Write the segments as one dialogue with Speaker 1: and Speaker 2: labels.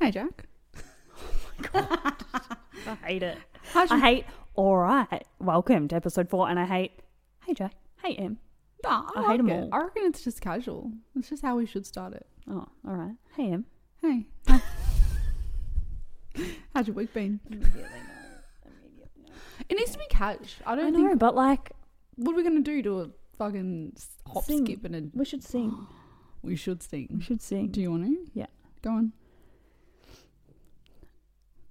Speaker 1: Hi, Jack.
Speaker 2: I hate it.
Speaker 1: How's
Speaker 2: I
Speaker 1: your-
Speaker 2: hate. All right, welcome to episode four, and I hate. Hey Jack. Hey Em.
Speaker 1: Nah, I,
Speaker 2: I hate
Speaker 1: like
Speaker 2: 'em
Speaker 1: it.
Speaker 2: all.
Speaker 1: I reckon it's just casual. It's just how we should start it.
Speaker 2: Oh, all right. Hey Em.
Speaker 1: Hey. How's your week been? It needs to be cash. I don't
Speaker 2: I know,
Speaker 1: think.
Speaker 2: but like
Speaker 1: What are we gonna do to a fucking s- hop,
Speaker 2: Sing.
Speaker 1: skip, and a,
Speaker 2: we should sing.
Speaker 1: we should
Speaker 2: We
Speaker 1: sing.
Speaker 2: should sing.
Speaker 1: Do you want to?
Speaker 2: Yeah.
Speaker 1: Go on.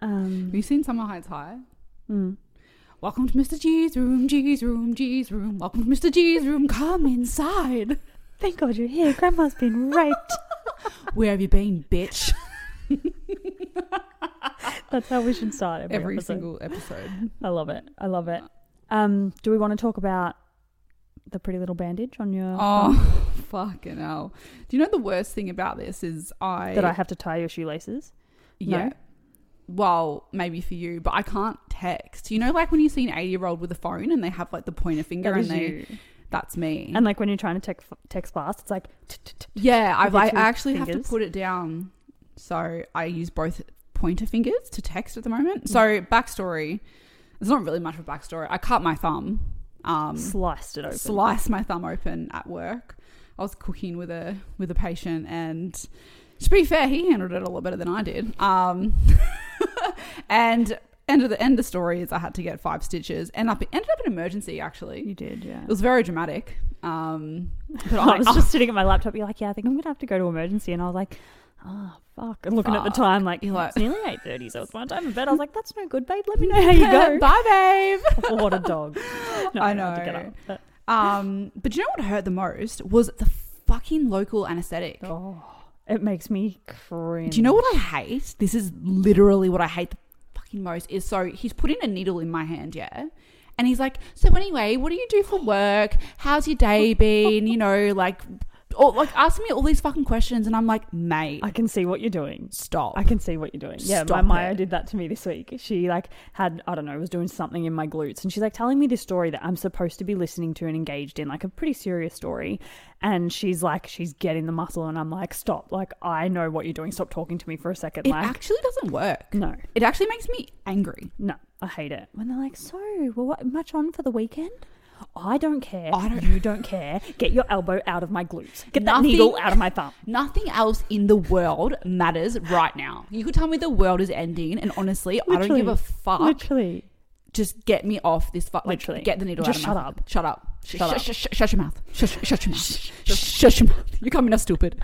Speaker 2: Um.
Speaker 1: Have you seen Summer Heights High?
Speaker 2: mm.
Speaker 1: Welcome to Mr. G's room, G's room, G's room. Welcome to Mr. G's room. Come inside.
Speaker 2: Thank God you're here. Grandma's been raped.
Speaker 1: Where have you been, bitch?
Speaker 2: That's how we should start every,
Speaker 1: Every
Speaker 2: episode.
Speaker 1: single episode.
Speaker 2: I love it. I love it. Um. Do we want to talk about the pretty little bandage on your? thumb?
Speaker 1: Oh, fucking hell. Do you know the worst thing about this is I.
Speaker 2: That I have to tie your shoelaces.
Speaker 1: Yeah.
Speaker 2: No?
Speaker 1: Well, maybe for you, but I can't text. You know, like when you see an 80 year old with a phone and they have like the pointer finger
Speaker 2: That
Speaker 1: and
Speaker 2: is
Speaker 1: they.
Speaker 2: you.
Speaker 1: That's me.
Speaker 2: And like when you're trying to text text fast, it's like. t- t- t-
Speaker 1: yeah, I've,
Speaker 2: with your
Speaker 1: I
Speaker 2: two
Speaker 1: actually have
Speaker 2: fingers.
Speaker 1: to put it down. So I use both pointer fingers to text at the
Speaker 2: Mm.
Speaker 1: moment. So, backstory it's not really much of a backstory. I cut my thumb,
Speaker 2: Mm.
Speaker 1: um,
Speaker 2: Sliced it open.
Speaker 1: sliced my thumb open at work. I was cooking with a with a patient, and to be fair, he handled it a lot better than I did. Um, and end of the end of the story is I had to get five stitches, and up ended up in emergency. Actually,
Speaker 2: You did, yeah.
Speaker 1: it was very dramatic. Um, but
Speaker 2: I
Speaker 1: I
Speaker 2: was just sitting at my laptop. You're like, yeah, I think I'm gonna have to go to emergency, and I was like, oh fuck. And looking at the
Speaker 1: Fuck.
Speaker 2: time, like,
Speaker 1: You're like-
Speaker 2: it's nearly eight thirty, so it's my time in bed. I was like, that's no good, babe. Let me know how you go.
Speaker 1: Bye, babe.
Speaker 2: what a dog. No,
Speaker 1: I
Speaker 2: had to get
Speaker 1: know.
Speaker 2: up, but-
Speaker 1: Um, but you know what hurt the most was the fucking local anesthetic.
Speaker 2: oh, it makes me cringe.
Speaker 1: Do you know what I hate? This is literally what I hate the fucking most. Is so he's putting a needle in my hand, yeah, and he's like, "So anyway, what do you do for work? How's your day been? You know, like, or like asking me all these fucking questions," and I'm like, "Mate,
Speaker 2: I can see what you're doing.
Speaker 1: stop."
Speaker 2: I can see what you're doing. Yeah,
Speaker 1: Stop
Speaker 2: my Maya
Speaker 1: it.
Speaker 2: did that to me this week. She like had I don't know, was doing something in my glutes, and she's like telling me this story that I'm supposed to be listening to and engaged in, like a pretty serious story. And she's like, she's getting the muscle, and I'm like, stop! Like I know what you're doing. Stop talking to me for a second.
Speaker 1: it
Speaker 2: like
Speaker 1: actually doesn't work.
Speaker 2: no,
Speaker 1: It actually makes me angry.
Speaker 2: no, I hate it when they're like, so well, what much on for the weekend? I don't care.
Speaker 1: I don't-
Speaker 2: You don't care. Get your elbow out of my glutes. Get that
Speaker 1: Nothing-
Speaker 2: needle out of my thumb.
Speaker 1: Nothing else in the world matters right now. You could tell me the world is ending, and honestly, I don't give a
Speaker 2: Literally.
Speaker 1: fuck.
Speaker 2: Literally,
Speaker 1: Just get me off this fuck. Like,
Speaker 2: Literally.
Speaker 1: get the needle
Speaker 2: Just
Speaker 1: out of my
Speaker 2: shut
Speaker 1: fucking- Shut up. Shut,
Speaker 2: Shut
Speaker 1: shut,
Speaker 2: up.
Speaker 1: shut, shut, your mouth. Shut, shut- shut your mouth. shut your mouth. You're coming up stupid.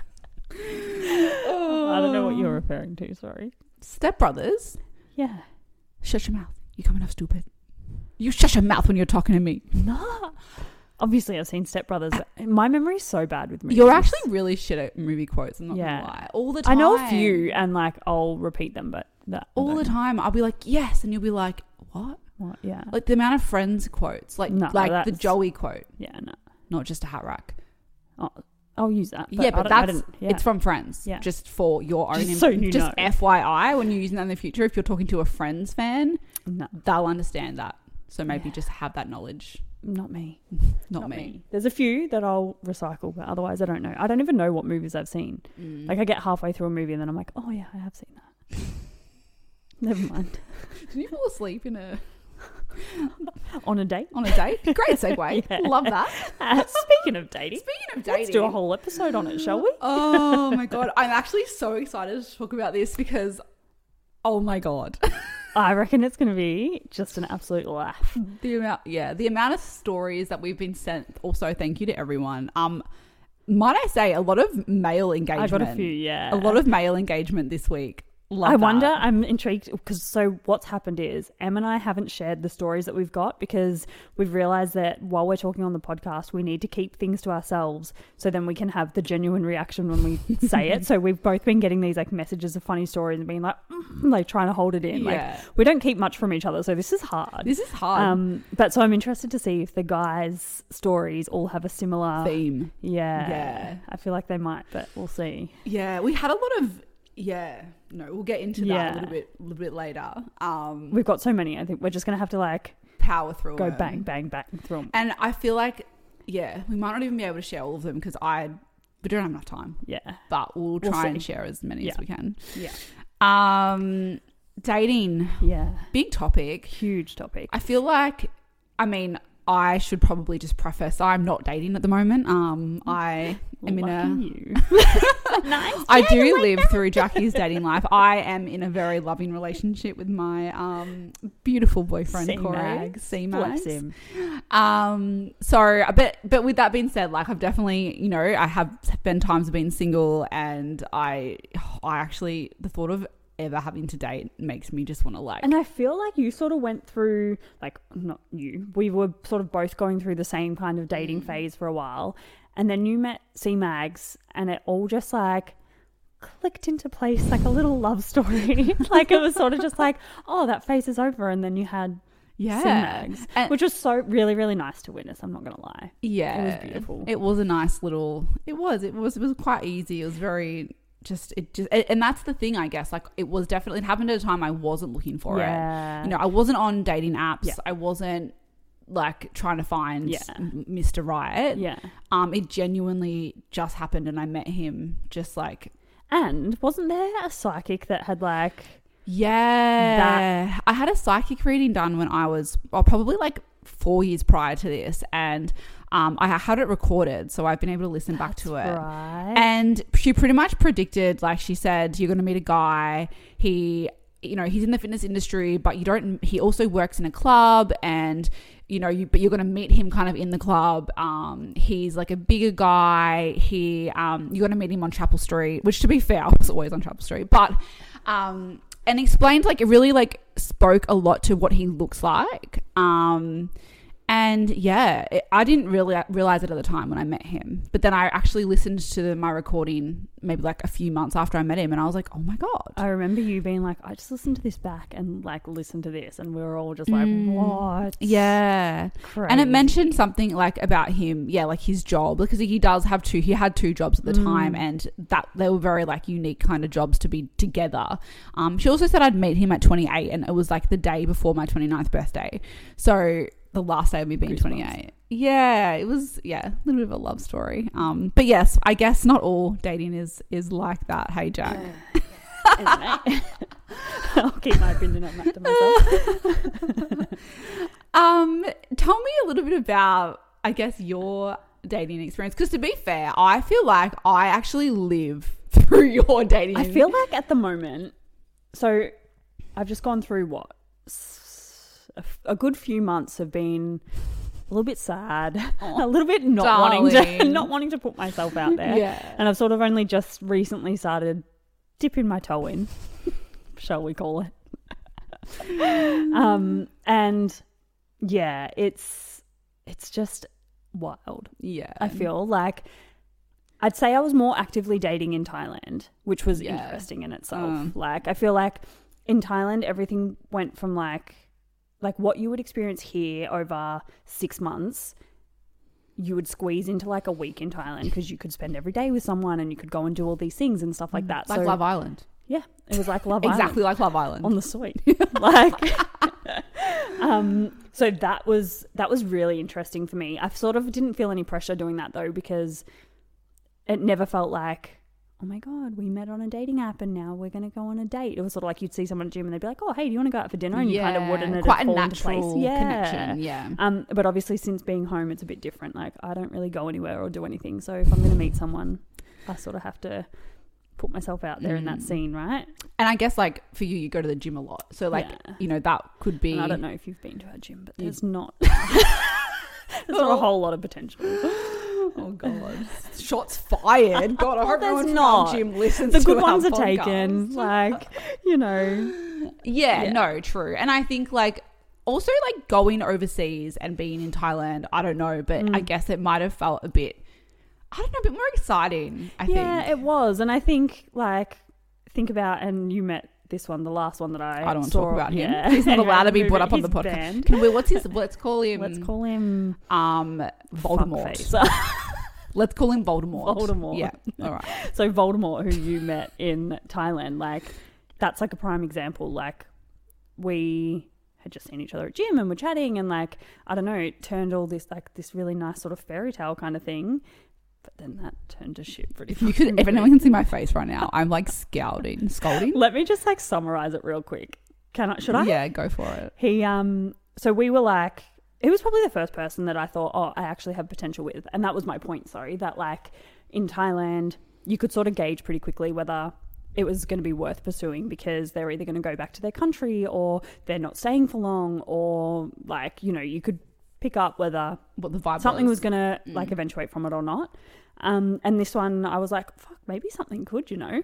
Speaker 2: I don't know what
Speaker 1: Oh.
Speaker 2: you're referring to. Sorry.
Speaker 1: Step Brothers.
Speaker 2: Yeah.
Speaker 1: Shut your mouth. You're coming up stupid. You shut your mouth when you're talking to me.
Speaker 2: No. Obviously, I've seen Step Brothers. but My memory's so bad with movies.
Speaker 1: You're actually really shit at movie quotes. I'm not
Speaker 2: Yeah.
Speaker 1: gonna lie. All the time.
Speaker 2: I know a few, and like I'll repeat them, but that I
Speaker 1: All the
Speaker 2: don't-
Speaker 1: time, I'll be like, yes, and you'll be like, what?
Speaker 2: what- yeah,
Speaker 1: Like the amount of Friends quotes, like
Speaker 2: No,
Speaker 1: like the
Speaker 2: that's-
Speaker 1: Joey quote,
Speaker 2: yeah, no.
Speaker 1: not just a hat rack.
Speaker 2: I'll use that.
Speaker 1: yeah,
Speaker 2: I
Speaker 1: but
Speaker 2: don't- I
Speaker 1: that's
Speaker 2: didn't- yeah.
Speaker 1: it's from Friends.
Speaker 2: Yeah.
Speaker 1: Just for your own,
Speaker 2: Just
Speaker 1: in-
Speaker 2: so you
Speaker 1: just
Speaker 2: know.
Speaker 1: FYI, when you're using that in the future, if you're talking to a Friends fan,
Speaker 2: no,
Speaker 1: they'll understand that. So maybe
Speaker 2: Yeah.
Speaker 1: just have that knowledge.
Speaker 2: not me.
Speaker 1: Not, me.
Speaker 2: There's a few that I'll recycle, but otherwise, I don't know. I don't even know what movies I've seen.
Speaker 1: Mm.
Speaker 2: Like I get halfway through a movie, and then I'm like, oh yeah, I have seen that. Never mind.
Speaker 1: Did you fall asleep in a
Speaker 2: On a date.
Speaker 1: on a date? Great segue.
Speaker 2: Yeah.
Speaker 1: Love that.
Speaker 2: Uh, speaking of dating,
Speaker 1: Speaking of Oh. dating,
Speaker 2: let's do a whole episode on it, shall we?
Speaker 1: oh my god, I'm actually so excited to talk about this because, oh my god,
Speaker 2: I reckon it's going to be just an absolute laugh.
Speaker 1: the amount yeah the amount of stories that we've been sent. Also, thank you to everyone. Um, might I say a lot of male engagement.
Speaker 2: I got a few, yeah.
Speaker 1: a lot of male engagement this week. Love
Speaker 2: I
Speaker 1: that.
Speaker 2: wonder. I'm intrigued because so what's happened is Em and I haven't shared the stories that we've got because we've realized that while we're talking on the podcast, we need to keep things to ourselves so then we can have the genuine reaction when we say it. So we've both been getting these like messages of funny stories and being like, "Mm," like trying to hold it in.
Speaker 1: Yeah.
Speaker 2: Like we don't keep much from each other, so this is hard.
Speaker 1: This is hard
Speaker 2: um, but so I'm interested to see if the guys' stories all have a similar.
Speaker 1: theme.
Speaker 2: Yeah,
Speaker 1: Yeah.
Speaker 2: I feel like they might, but we'll see.
Speaker 1: Yeah, we had a lot of yeah. No, we'll get into that
Speaker 2: Yeah.
Speaker 1: a little bit, little bit later. Um,
Speaker 2: We've got so many. I think we're just gonna have to like
Speaker 1: power through.
Speaker 2: go
Speaker 1: them.
Speaker 2: bang, bang, bang through 'em.
Speaker 1: And I feel like yeah, we might not even be able to share all of them because I we don't have enough time.
Speaker 2: Yeah.
Speaker 1: But we'll
Speaker 2: We'll
Speaker 1: try and
Speaker 2: see.
Speaker 1: share as many
Speaker 2: Yeah.
Speaker 1: as we can.
Speaker 2: Yeah.
Speaker 1: Um, dating,
Speaker 2: Yeah.
Speaker 1: big topic.
Speaker 2: Huge topic.
Speaker 1: I feel like, I mean, I should probably just preface I'm not dating at the moment. Um, I am in a.
Speaker 2: Lucky you. nice.
Speaker 1: I do live through Jackie's dating life. I am in a very loving relationship with my um, beautiful boyfriend Corey.
Speaker 2: C-Mags.
Speaker 1: C Mags.
Speaker 2: Bless him.
Speaker 1: Um, so, but but with that being said, like I've definitely, you know, I have been times of being single, and I, I actually the thought of ever having to date makes me just want to like.
Speaker 2: And I feel like you sort of went through, like, not you, we were sort of both going through the same kind of dating phase for a while. And then you met C Mags, and it all just like clicked into place like a little love story. like, it was sort of just like, oh, that phase is over. And then you had C
Speaker 1: yeah,
Speaker 2: Mags,
Speaker 1: And-
Speaker 2: which was so really, really nice to witness. I'm not going to lie.
Speaker 1: yeah,
Speaker 2: It was beautiful.
Speaker 1: It was a nice little. It was. It was. It was quite easy. It was very just. It just. And that's the thing, I guess. Like it was definitely. It happened at a time I wasn't looking for it.
Speaker 2: yeah.
Speaker 1: you know, I wasn't on dating apps.
Speaker 2: Yeah.
Speaker 1: I wasn't like trying to find
Speaker 2: Yeah.
Speaker 1: m- Mr. Riot.
Speaker 2: yeah.
Speaker 1: Um, it genuinely just happened, and I met him just like
Speaker 2: And wasn't there a psychic that had like,
Speaker 1: yeah. I had a psychic reading done when I was well, probably like four years prior to this, and um, I had it recorded, so I've been able to listen back to it.
Speaker 2: right?
Speaker 1: And she pretty much predicted, like she said, you're going to meet a guy. He, you know, he's in the fitness industry, but you don't. He also works in a club, and you know, you but you're going to meet him kind of in the club. Um, he's like a bigger guy. He, um, you're going to meet him on Chapel Street, which to be fair, I was always on Chapel Street, but um, and explained like it really like spoke a lot to what he looks like. Um, and yeah, it, I didn't really uh, realize it at the time when I met him. But then I actually listened to the, my recording maybe like a few months after I met him, and I was like, oh my god.
Speaker 2: I remember you being like, I just listened to this back and like listened to this, and we were all just like,
Speaker 1: Mm.
Speaker 2: what?
Speaker 1: Yeah.
Speaker 2: Crazy.
Speaker 1: And it mentioned something like about him, yeah, like his job, because he does have two, he had two jobs at the
Speaker 2: Mm.
Speaker 1: time, and that they were very like unique kind of jobs to be together. Um, she also said I'd meet him at 28, and it was like the day before my 29th birthday. So the last day of me being
Speaker 2: Goosebumps.
Speaker 1: 28. Yeah, it was, yeah, a little bit of a love story. Um, but yes, I guess not all dating is is like that. Hey, Jack.
Speaker 2: Anyway. I'll keep my opinion on that to myself.
Speaker 1: Um, tell me a little bit about, I guess, your dating experience. Because to be fair, I feel like I actually live through your dating.
Speaker 2: I feel like at the moment, so I've just gone through what s- a f- a good few months have been a little bit sad, a little bit not wanting to
Speaker 1: darling.
Speaker 2: not wanting to put myself out there.
Speaker 1: yeah.
Speaker 2: and I've sort of only just recently started dipping my toe in, shall we call it? um, and yeah, it's it's just wild.
Speaker 1: yeah.
Speaker 2: I feel like I'd say I was more actively dating in Thailand, which was
Speaker 1: Yeah.
Speaker 2: interesting in itself.
Speaker 1: Um.
Speaker 2: Like I feel like in Thailand everything went from like like what you would experience here over 6 months you would squeeze into like a week in Thailand because you could spend every day with someone and you could go and do all these things and stuff like that.
Speaker 1: Mm. Like
Speaker 2: so
Speaker 1: Love Island.
Speaker 2: yeah, it was like Love Island
Speaker 1: Exactly like Love Island.
Speaker 2: on the site. like um so that was that was really interesting for me. I sort of didn't feel any pressure doing that though because it never felt like oh my god, we met on a dating app and now we're going to go on a date. It was sort of like you'd see someone at the gym and they'd be like, "Oh, hey, do you want to go out for dinner?" and you kind of wouldn't it'd
Speaker 1: Quite a
Speaker 2: fall into place.
Speaker 1: natural
Speaker 2: Yeah.
Speaker 1: connection. Yeah.
Speaker 2: Um, but obviously, since being home, it's a bit different. Like, I don't really go anywhere or do anything. So if I'm going to meet someone, I sort of have to put myself out there in that
Speaker 1: Mm.
Speaker 2: scene, right?
Speaker 1: And I guess like for you, you go to the gym a lot, so like
Speaker 2: Yeah.
Speaker 1: you know that could be.
Speaker 2: And I don't know if you've been to our gym, but
Speaker 1: You-
Speaker 2: there's not. There's not a whole lot of potential.
Speaker 1: Oh god, shots fired! God, I
Speaker 2: Well,
Speaker 1: hope no
Speaker 2: there's
Speaker 1: one from
Speaker 2: not.
Speaker 1: our gym listens.
Speaker 2: The
Speaker 1: to
Speaker 2: good
Speaker 1: our
Speaker 2: ones are
Speaker 1: podcast.
Speaker 2: taken. Like, you know.
Speaker 1: Yeah,
Speaker 2: Yeah.
Speaker 1: no, true. And I think like also like going overseas and being in Thailand, I don't know, but
Speaker 2: Mm.
Speaker 1: I guess it might have felt a bit I don't know, a bit more exciting, I
Speaker 2: yeah,
Speaker 1: think.
Speaker 2: it was. And I think, like, think about, and you met this one, the last one that I
Speaker 1: I don't want to
Speaker 2: saw.
Speaker 1: talk about him.
Speaker 2: Yeah.
Speaker 1: He's not
Speaker 2: Anyway,
Speaker 1: allowed to be
Speaker 2: moving-
Speaker 1: brought up on
Speaker 2: he's
Speaker 1: the podcast.
Speaker 2: banned.
Speaker 1: Can we what's his let's call him
Speaker 2: Let's call him
Speaker 1: um Voldemort.
Speaker 2: Fuckface.
Speaker 1: Let's call him Voldemort.
Speaker 2: Voldemort.
Speaker 1: Yeah. All right.
Speaker 2: So Voldemort, who you met in Thailand, like that's like a prime example. Like we had just seen each other at gym and we're chatting, and like I don't know, it turned all this like this really nice sort of fairy tale kind of thing But then that turned to shit pretty
Speaker 1: If you could, if anyone can see my face right now, I'm like scowling, scolding.
Speaker 2: Let me just like summarize it real quick. Can I? Should I?
Speaker 1: Yeah, go for it.
Speaker 2: He um so we were like he was probably the first person that I thought, oh, I actually have potential with. And that was my point, sorry, that like in Thailand, you could sort of gauge pretty quickly whether it was going to be worth pursuing because they're either going to go back to their country or they're not staying for long or like, you know, you could pick up whether
Speaker 1: What the vibe?
Speaker 2: something was going to
Speaker 1: Mm.
Speaker 2: like eventuate from it or not. Um, and this one, I was like, fuck, maybe something could, you know?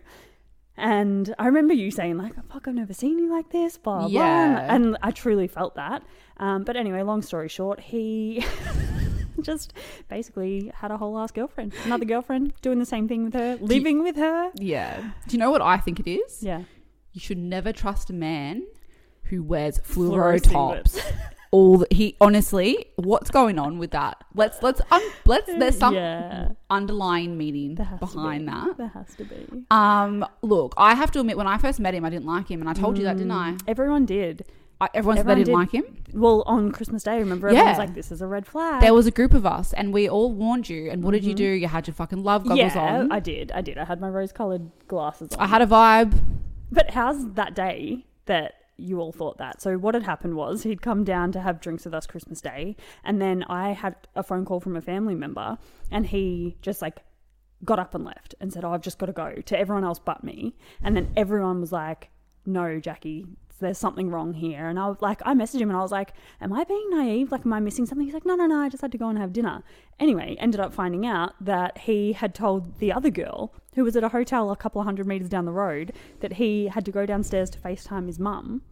Speaker 2: And I remember you saying, like, oh, fuck, I've never seen you like this, blah,
Speaker 1: Yeah.
Speaker 2: blah. And I truly felt that. Um, but anyway, long story short, he just basically had a whole ass girlfriend, another girlfriend, doing the same thing with her, living with her.
Speaker 1: Yeah. Do you know what I think it is?
Speaker 2: Yeah.
Speaker 1: You should never trust a man who wears fluoro
Speaker 2: Fluoro
Speaker 1: tops.
Speaker 2: singlets.
Speaker 1: All the, he honestly, what's going on with that? Let's let's un, let's there's some
Speaker 2: Yeah.
Speaker 1: underlying meaning
Speaker 2: There has to
Speaker 1: behind
Speaker 2: be.
Speaker 1: that.
Speaker 2: There has to be.
Speaker 1: Um, look, I have to admit, when I first met him, I didn't like him, and I told you that, didn't I?
Speaker 2: Mm. Everyone did.
Speaker 1: I everyone said they
Speaker 2: Everyone
Speaker 1: didn't
Speaker 2: did.
Speaker 1: like him.
Speaker 2: Well, on Christmas Day, remember, everyone was
Speaker 1: Yeah.
Speaker 2: like, this is a red flag.
Speaker 1: There was a group of us, and we all warned you. And what did you do? You had your fucking love goggles on. I,
Speaker 2: Mm-hmm. I did. I did. I had my rose-colored glasses on.
Speaker 1: had a vibe.
Speaker 2: but how's that day that you all thought that? So what had happened was he'd come down to have drinks with us Christmas Day, and then I had a phone call from a family member, and he just like got up and left and said, "Oh, I've just got to go," to everyone else but me, and then everyone was like, "No, Jackie." There's something wrong here, and I was like, I messaged him and I was like, "Am I being naive? Like, am I missing something?" He's like, "No, no, no. I just had to go and have dinner." Anyway, ended up finding out that he had told the other girl who was at a hotel a couple of hundred meters down the road that he had to go downstairs to FaceTime his mum,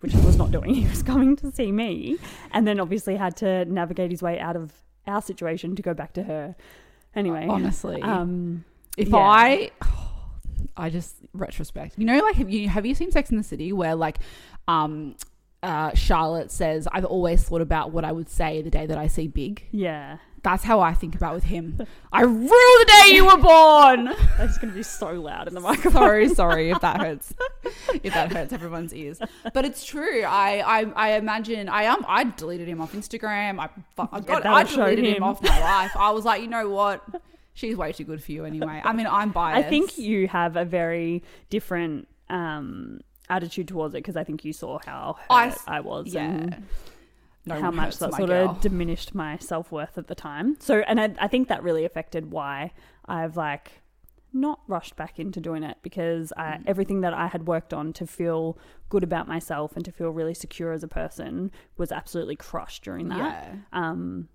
Speaker 2: which he was not doing. He was coming to see me, and then obviously had to navigate his way out of our situation to go back to her. Anyway,
Speaker 1: Honestly,
Speaker 2: um,
Speaker 1: if
Speaker 2: yeah.
Speaker 1: I, I just retrospect. You know, like have you have you seen Sex in the City where like, um, uh, Charlotte says, "I've always thought about what I would say the day that I see Big."
Speaker 2: yeah,
Speaker 1: That's how I think about with him. I rule the day you were born.
Speaker 2: that's gonna be so loud in the mic.
Speaker 1: Sorry, sorry if that hurts. if that hurts everyone's ears, but it's true. I, I, I imagine I am. I deleted him off Instagram. I, fu- I,
Speaker 2: Yeah,
Speaker 1: got,
Speaker 2: that'll
Speaker 1: I deleted
Speaker 2: show
Speaker 1: him.
Speaker 2: him.
Speaker 1: off my life. I was like, you know what? She's way too good for you anyway. I mean, I'm
Speaker 2: I
Speaker 1: biased.
Speaker 2: think you have a very different um, attitude towards it because I think you saw how hurt
Speaker 1: I
Speaker 2: I,
Speaker 1: s-
Speaker 2: was
Speaker 1: yeah.
Speaker 2: and
Speaker 1: No
Speaker 2: how
Speaker 1: one
Speaker 2: much
Speaker 1: hurts
Speaker 2: that
Speaker 1: my
Speaker 2: sort
Speaker 1: girl.
Speaker 2: of diminished my self worth at the time. So, and I, I think that really affected why I've like not rushed back into doing it because I,
Speaker 1: Mm.
Speaker 2: everything that I had worked on to feel good about myself and to feel really secure as a person was absolutely crushed during that.
Speaker 1: Yeah,
Speaker 2: Um,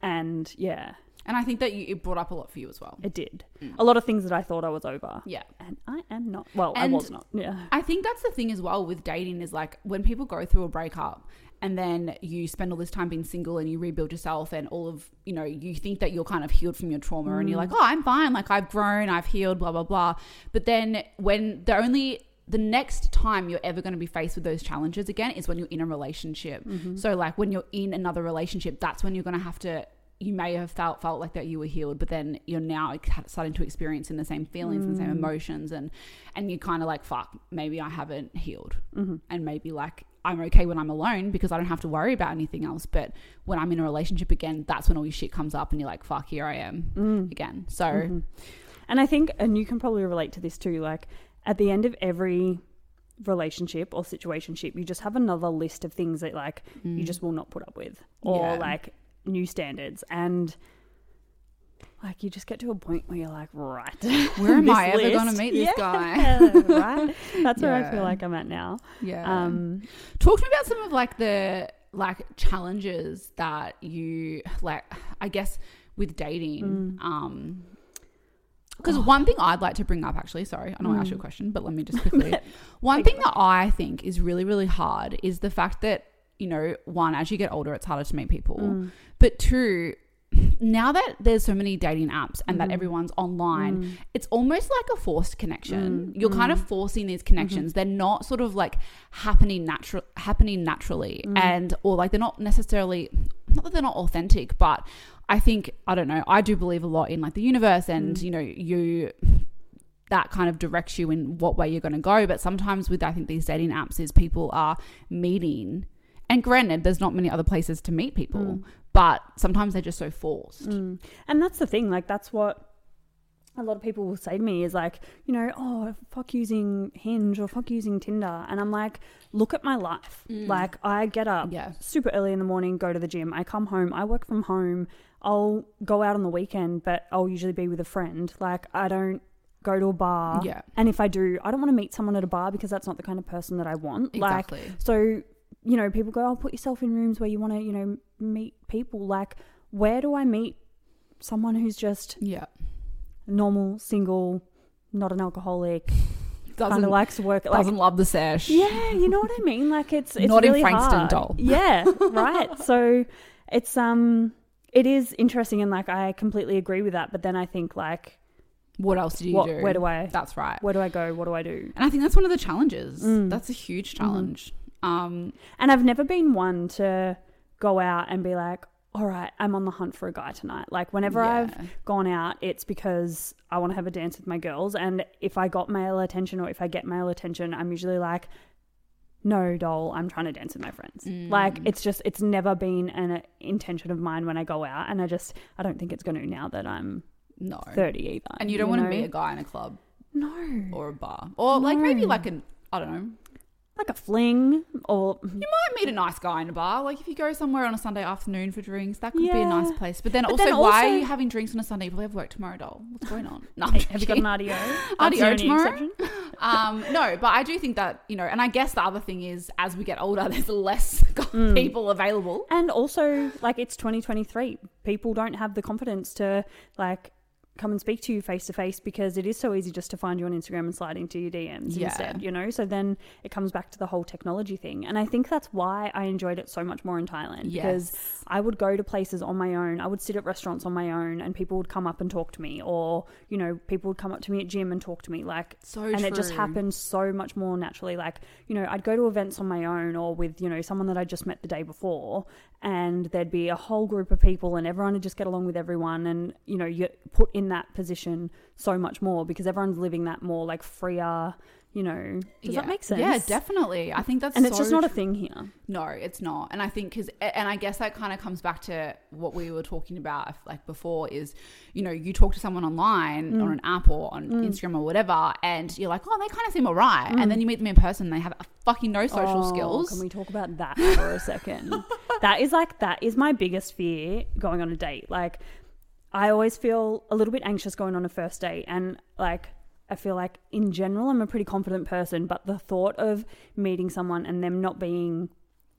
Speaker 2: and yeah,
Speaker 1: and I think that you, it brought up a lot for you as well.
Speaker 2: it did. A lot of things that I thought I was over.
Speaker 1: Hmm. Yeah.
Speaker 2: And I am not. Well,
Speaker 1: And-
Speaker 2: I was not. Yeah.
Speaker 1: I think that's the thing as well with dating is like when people go through a breakup and then you spend all this time being single and you rebuild yourself and all of you know you think that you're kind of healed from your trauma and
Speaker 2: Mm.
Speaker 1: you're like oh I'm fine like I've grown I've healed blah blah blah but then when the only the next time you're ever going to be faced with those challenges again is when you're in a relationship
Speaker 2: Mm-hmm.
Speaker 1: so like when you're in another relationship that's when you're going to have to you may have felt felt like that you were healed, but then you're now ex- starting to experience in the same feelings and same
Speaker 2: Mm.
Speaker 1: emotions, and and you kind of like fuck, maybe I haven't healed,
Speaker 2: Mm-hmm.
Speaker 1: and maybe like I'm okay when I'm alone because I don't have to worry about anything else. But when I'm in a relationship again, that's when all your shit comes up, and you're like fuck, here I am again. So
Speaker 2: Mm-hmm. And I think, and you can probably relate to this too, like at the end of every relationship or situationship, you just have another list of things that like you just will not put up with or
Speaker 1: Mm. Yeah.
Speaker 2: like new standards. And like you just get to a point where you're like, right,
Speaker 1: where am
Speaker 2: Mm. this
Speaker 1: I ever gonna
Speaker 2: list-
Speaker 1: meet this
Speaker 2: Yeah,
Speaker 1: guy?
Speaker 2: right? That's where I
Speaker 1: Yeah.
Speaker 2: feel like I'm at now.
Speaker 1: Yeah.
Speaker 2: Um,
Speaker 1: Talk to me about some of like the like challenges that you like I guess with dating. Um because one thing I'd like to bring up actually, sorry, I know I asked you a question, but let me just quickly. one thing that I think is really, really hard is the fact that, you know, one, as you get older, it's harder to meet people.
Speaker 2: Mm.
Speaker 1: But two, now that there's so many dating apps and that everyone's online,
Speaker 2: mm.
Speaker 1: it's almost like a forced connection. You're kind of forcing these connections.
Speaker 2: Mm-hmm.
Speaker 1: They're not sort of like happening natural happening naturally
Speaker 2: Mm.
Speaker 1: and or like they're not necessarily not that they're not authentic, but I think I don't know, I do believe a lot in like the universe
Speaker 2: Mm.
Speaker 1: and you know, you that kind of directs you in what way you're going to go. But sometimes with I think these dating apps is people are meeting, and granted, there's not many other places to meet people, but sometimes they're just so forced.
Speaker 2: Mm. And that's the thing, like that's what a lot of people will say to me is like, you know, oh, fuck using Hinge or fuck using Tinder. And I'm like, look at my life. Like I get up
Speaker 1: Mm. Yeah.
Speaker 2: super early in the morning, go to the gym, I come home, I work from home. I'll go out on the weekend, but I'll usually be with a friend. Like I don't go to a bar.
Speaker 1: Yeah.
Speaker 2: And if I do, I don't want to meet someone at a bar because that's not the kind of person that I want. Like
Speaker 1: Exactly.
Speaker 2: so, you know, people go, oh, put yourself in rooms where you want to, you know, meet people. Like, where do I meet someone who's just
Speaker 1: yeah.
Speaker 2: normal, single, not an alcoholic,
Speaker 1: Doesn't,
Speaker 2: kind of likes work? Like,
Speaker 1: doesn't love the sesh.
Speaker 2: yeah, you know what I mean? Like, it's, it's
Speaker 1: Not in
Speaker 2: really
Speaker 1: Frankston
Speaker 2: hard.
Speaker 1: doll.
Speaker 2: Yeah, right. so it's, um, it is interesting and like I completely agree with that. But then I think, like,
Speaker 1: What else do you
Speaker 2: what,
Speaker 1: do?
Speaker 2: where do I,
Speaker 1: That's right.
Speaker 2: where do I go? What do I do?
Speaker 1: And I think that's one of the challenges.
Speaker 2: Mm.
Speaker 1: That's a huge challenge. Um,
Speaker 2: And I've never been one to go out and be like, all right, I'm on the hunt for a guy tonight. Like, whenever I've
Speaker 1: yeah.
Speaker 2: gone out, it's because I want to have a dance with my girls. And if I got male attention or if I get male attention, I'm usually like, no, doll, I'm trying to dance with my friends.
Speaker 1: Mm.
Speaker 2: Like, it's just, it's never been an uh, intention of mine when I go out. And I just, I don't think it's going to now that I'm
Speaker 1: no.
Speaker 2: 30 either.
Speaker 1: And you don't want to
Speaker 2: know?
Speaker 1: meet a guy in a club
Speaker 2: No.
Speaker 1: or a bar. Or like maybe like an I don't know.
Speaker 2: Like a fling or.
Speaker 1: You might meet a nice guy in a bar. Like if you go somewhere on a Sunday afternoon for drinks, that could be a nice
Speaker 2: Yeah.
Speaker 1: place. But then
Speaker 2: But
Speaker 1: also,
Speaker 2: then
Speaker 1: why are
Speaker 2: also-
Speaker 1: you having drinks on a Sunday? You probably have work tomorrow, doll. What's going on? No, I'm
Speaker 2: Have you got
Speaker 1: joking.
Speaker 2: an RDO? That's
Speaker 1: RDO
Speaker 2: the only
Speaker 1: tomorrow?
Speaker 2: exception.
Speaker 1: um, no, but I do think that you know, and I guess the other thing is, as we get older, there's less
Speaker 2: Mm.
Speaker 1: people available.
Speaker 2: And also, like, it's 2023. People don't have the confidence to, like, come and speak to you face to face because it is so easy just to find you on Instagram and slide into your DMs
Speaker 1: Yeah.
Speaker 2: instead, you know? So then it comes back to the whole technology thing. And I think that's why I enjoyed it so much more in Thailand because
Speaker 1: Yes.
Speaker 2: I would go to places on my own. I would sit at restaurants on my own and people would come up and talk to me or, you know, people would come up to me at gym and talk to me. Like,
Speaker 1: So
Speaker 2: and it just
Speaker 1: true.
Speaker 2: happened so much more naturally. Like, you know, I'd go to events on my own or with, you know, someone that I just met the day before, and there'd be a whole group of people, and everyone would just get along with everyone. And, you know, you're put in that position so much more because everyone's living that more like freer, you know. Does that
Speaker 1: Yeah.
Speaker 2: make sense?
Speaker 1: Yeah, definitely. I think that's
Speaker 2: And it's
Speaker 1: so
Speaker 2: just not a
Speaker 1: true.
Speaker 2: thing here.
Speaker 1: No, it's not. And I think because, and I guess that kind of comes back to what we were talking about like before is, you know, you talk to someone online
Speaker 2: Mm.
Speaker 1: on an app or on Instagram or whatever, and you're like, oh, they kind of seem all right. And then you meet them in person, they have fucking no social
Speaker 2: Mm. Oh,
Speaker 1: skills.
Speaker 2: Can we talk about that for a second? that is like that is my biggest fear going on a date. Like I always feel a little bit anxious going on a first date and like I feel like in general I'm a pretty confident person, but the thought of meeting someone and them not being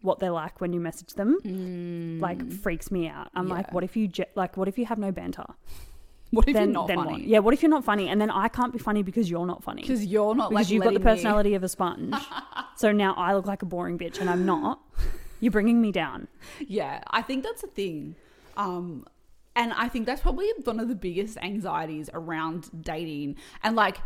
Speaker 2: what they're like when you message them
Speaker 1: Hmm.
Speaker 2: like freaks me out. I'm like
Speaker 1: Mm. Yeah.
Speaker 2: what if you je- like what if you have no banter?
Speaker 1: what if
Speaker 2: then
Speaker 1: you're not
Speaker 2: then What?
Speaker 1: funny?
Speaker 2: Yeah, what if you're not funny and then I can't be funny because you're not funny?
Speaker 1: Because you're not
Speaker 2: because
Speaker 1: Oh, like
Speaker 2: you've got the
Speaker 1: letting me-
Speaker 2: personality of a sponge. so now I look like a boring bitch, and I'm not. You're bringing me down.
Speaker 1: Yeah, I think that's a thing. Um, and I think that's probably one of the biggest anxieties around dating. And like,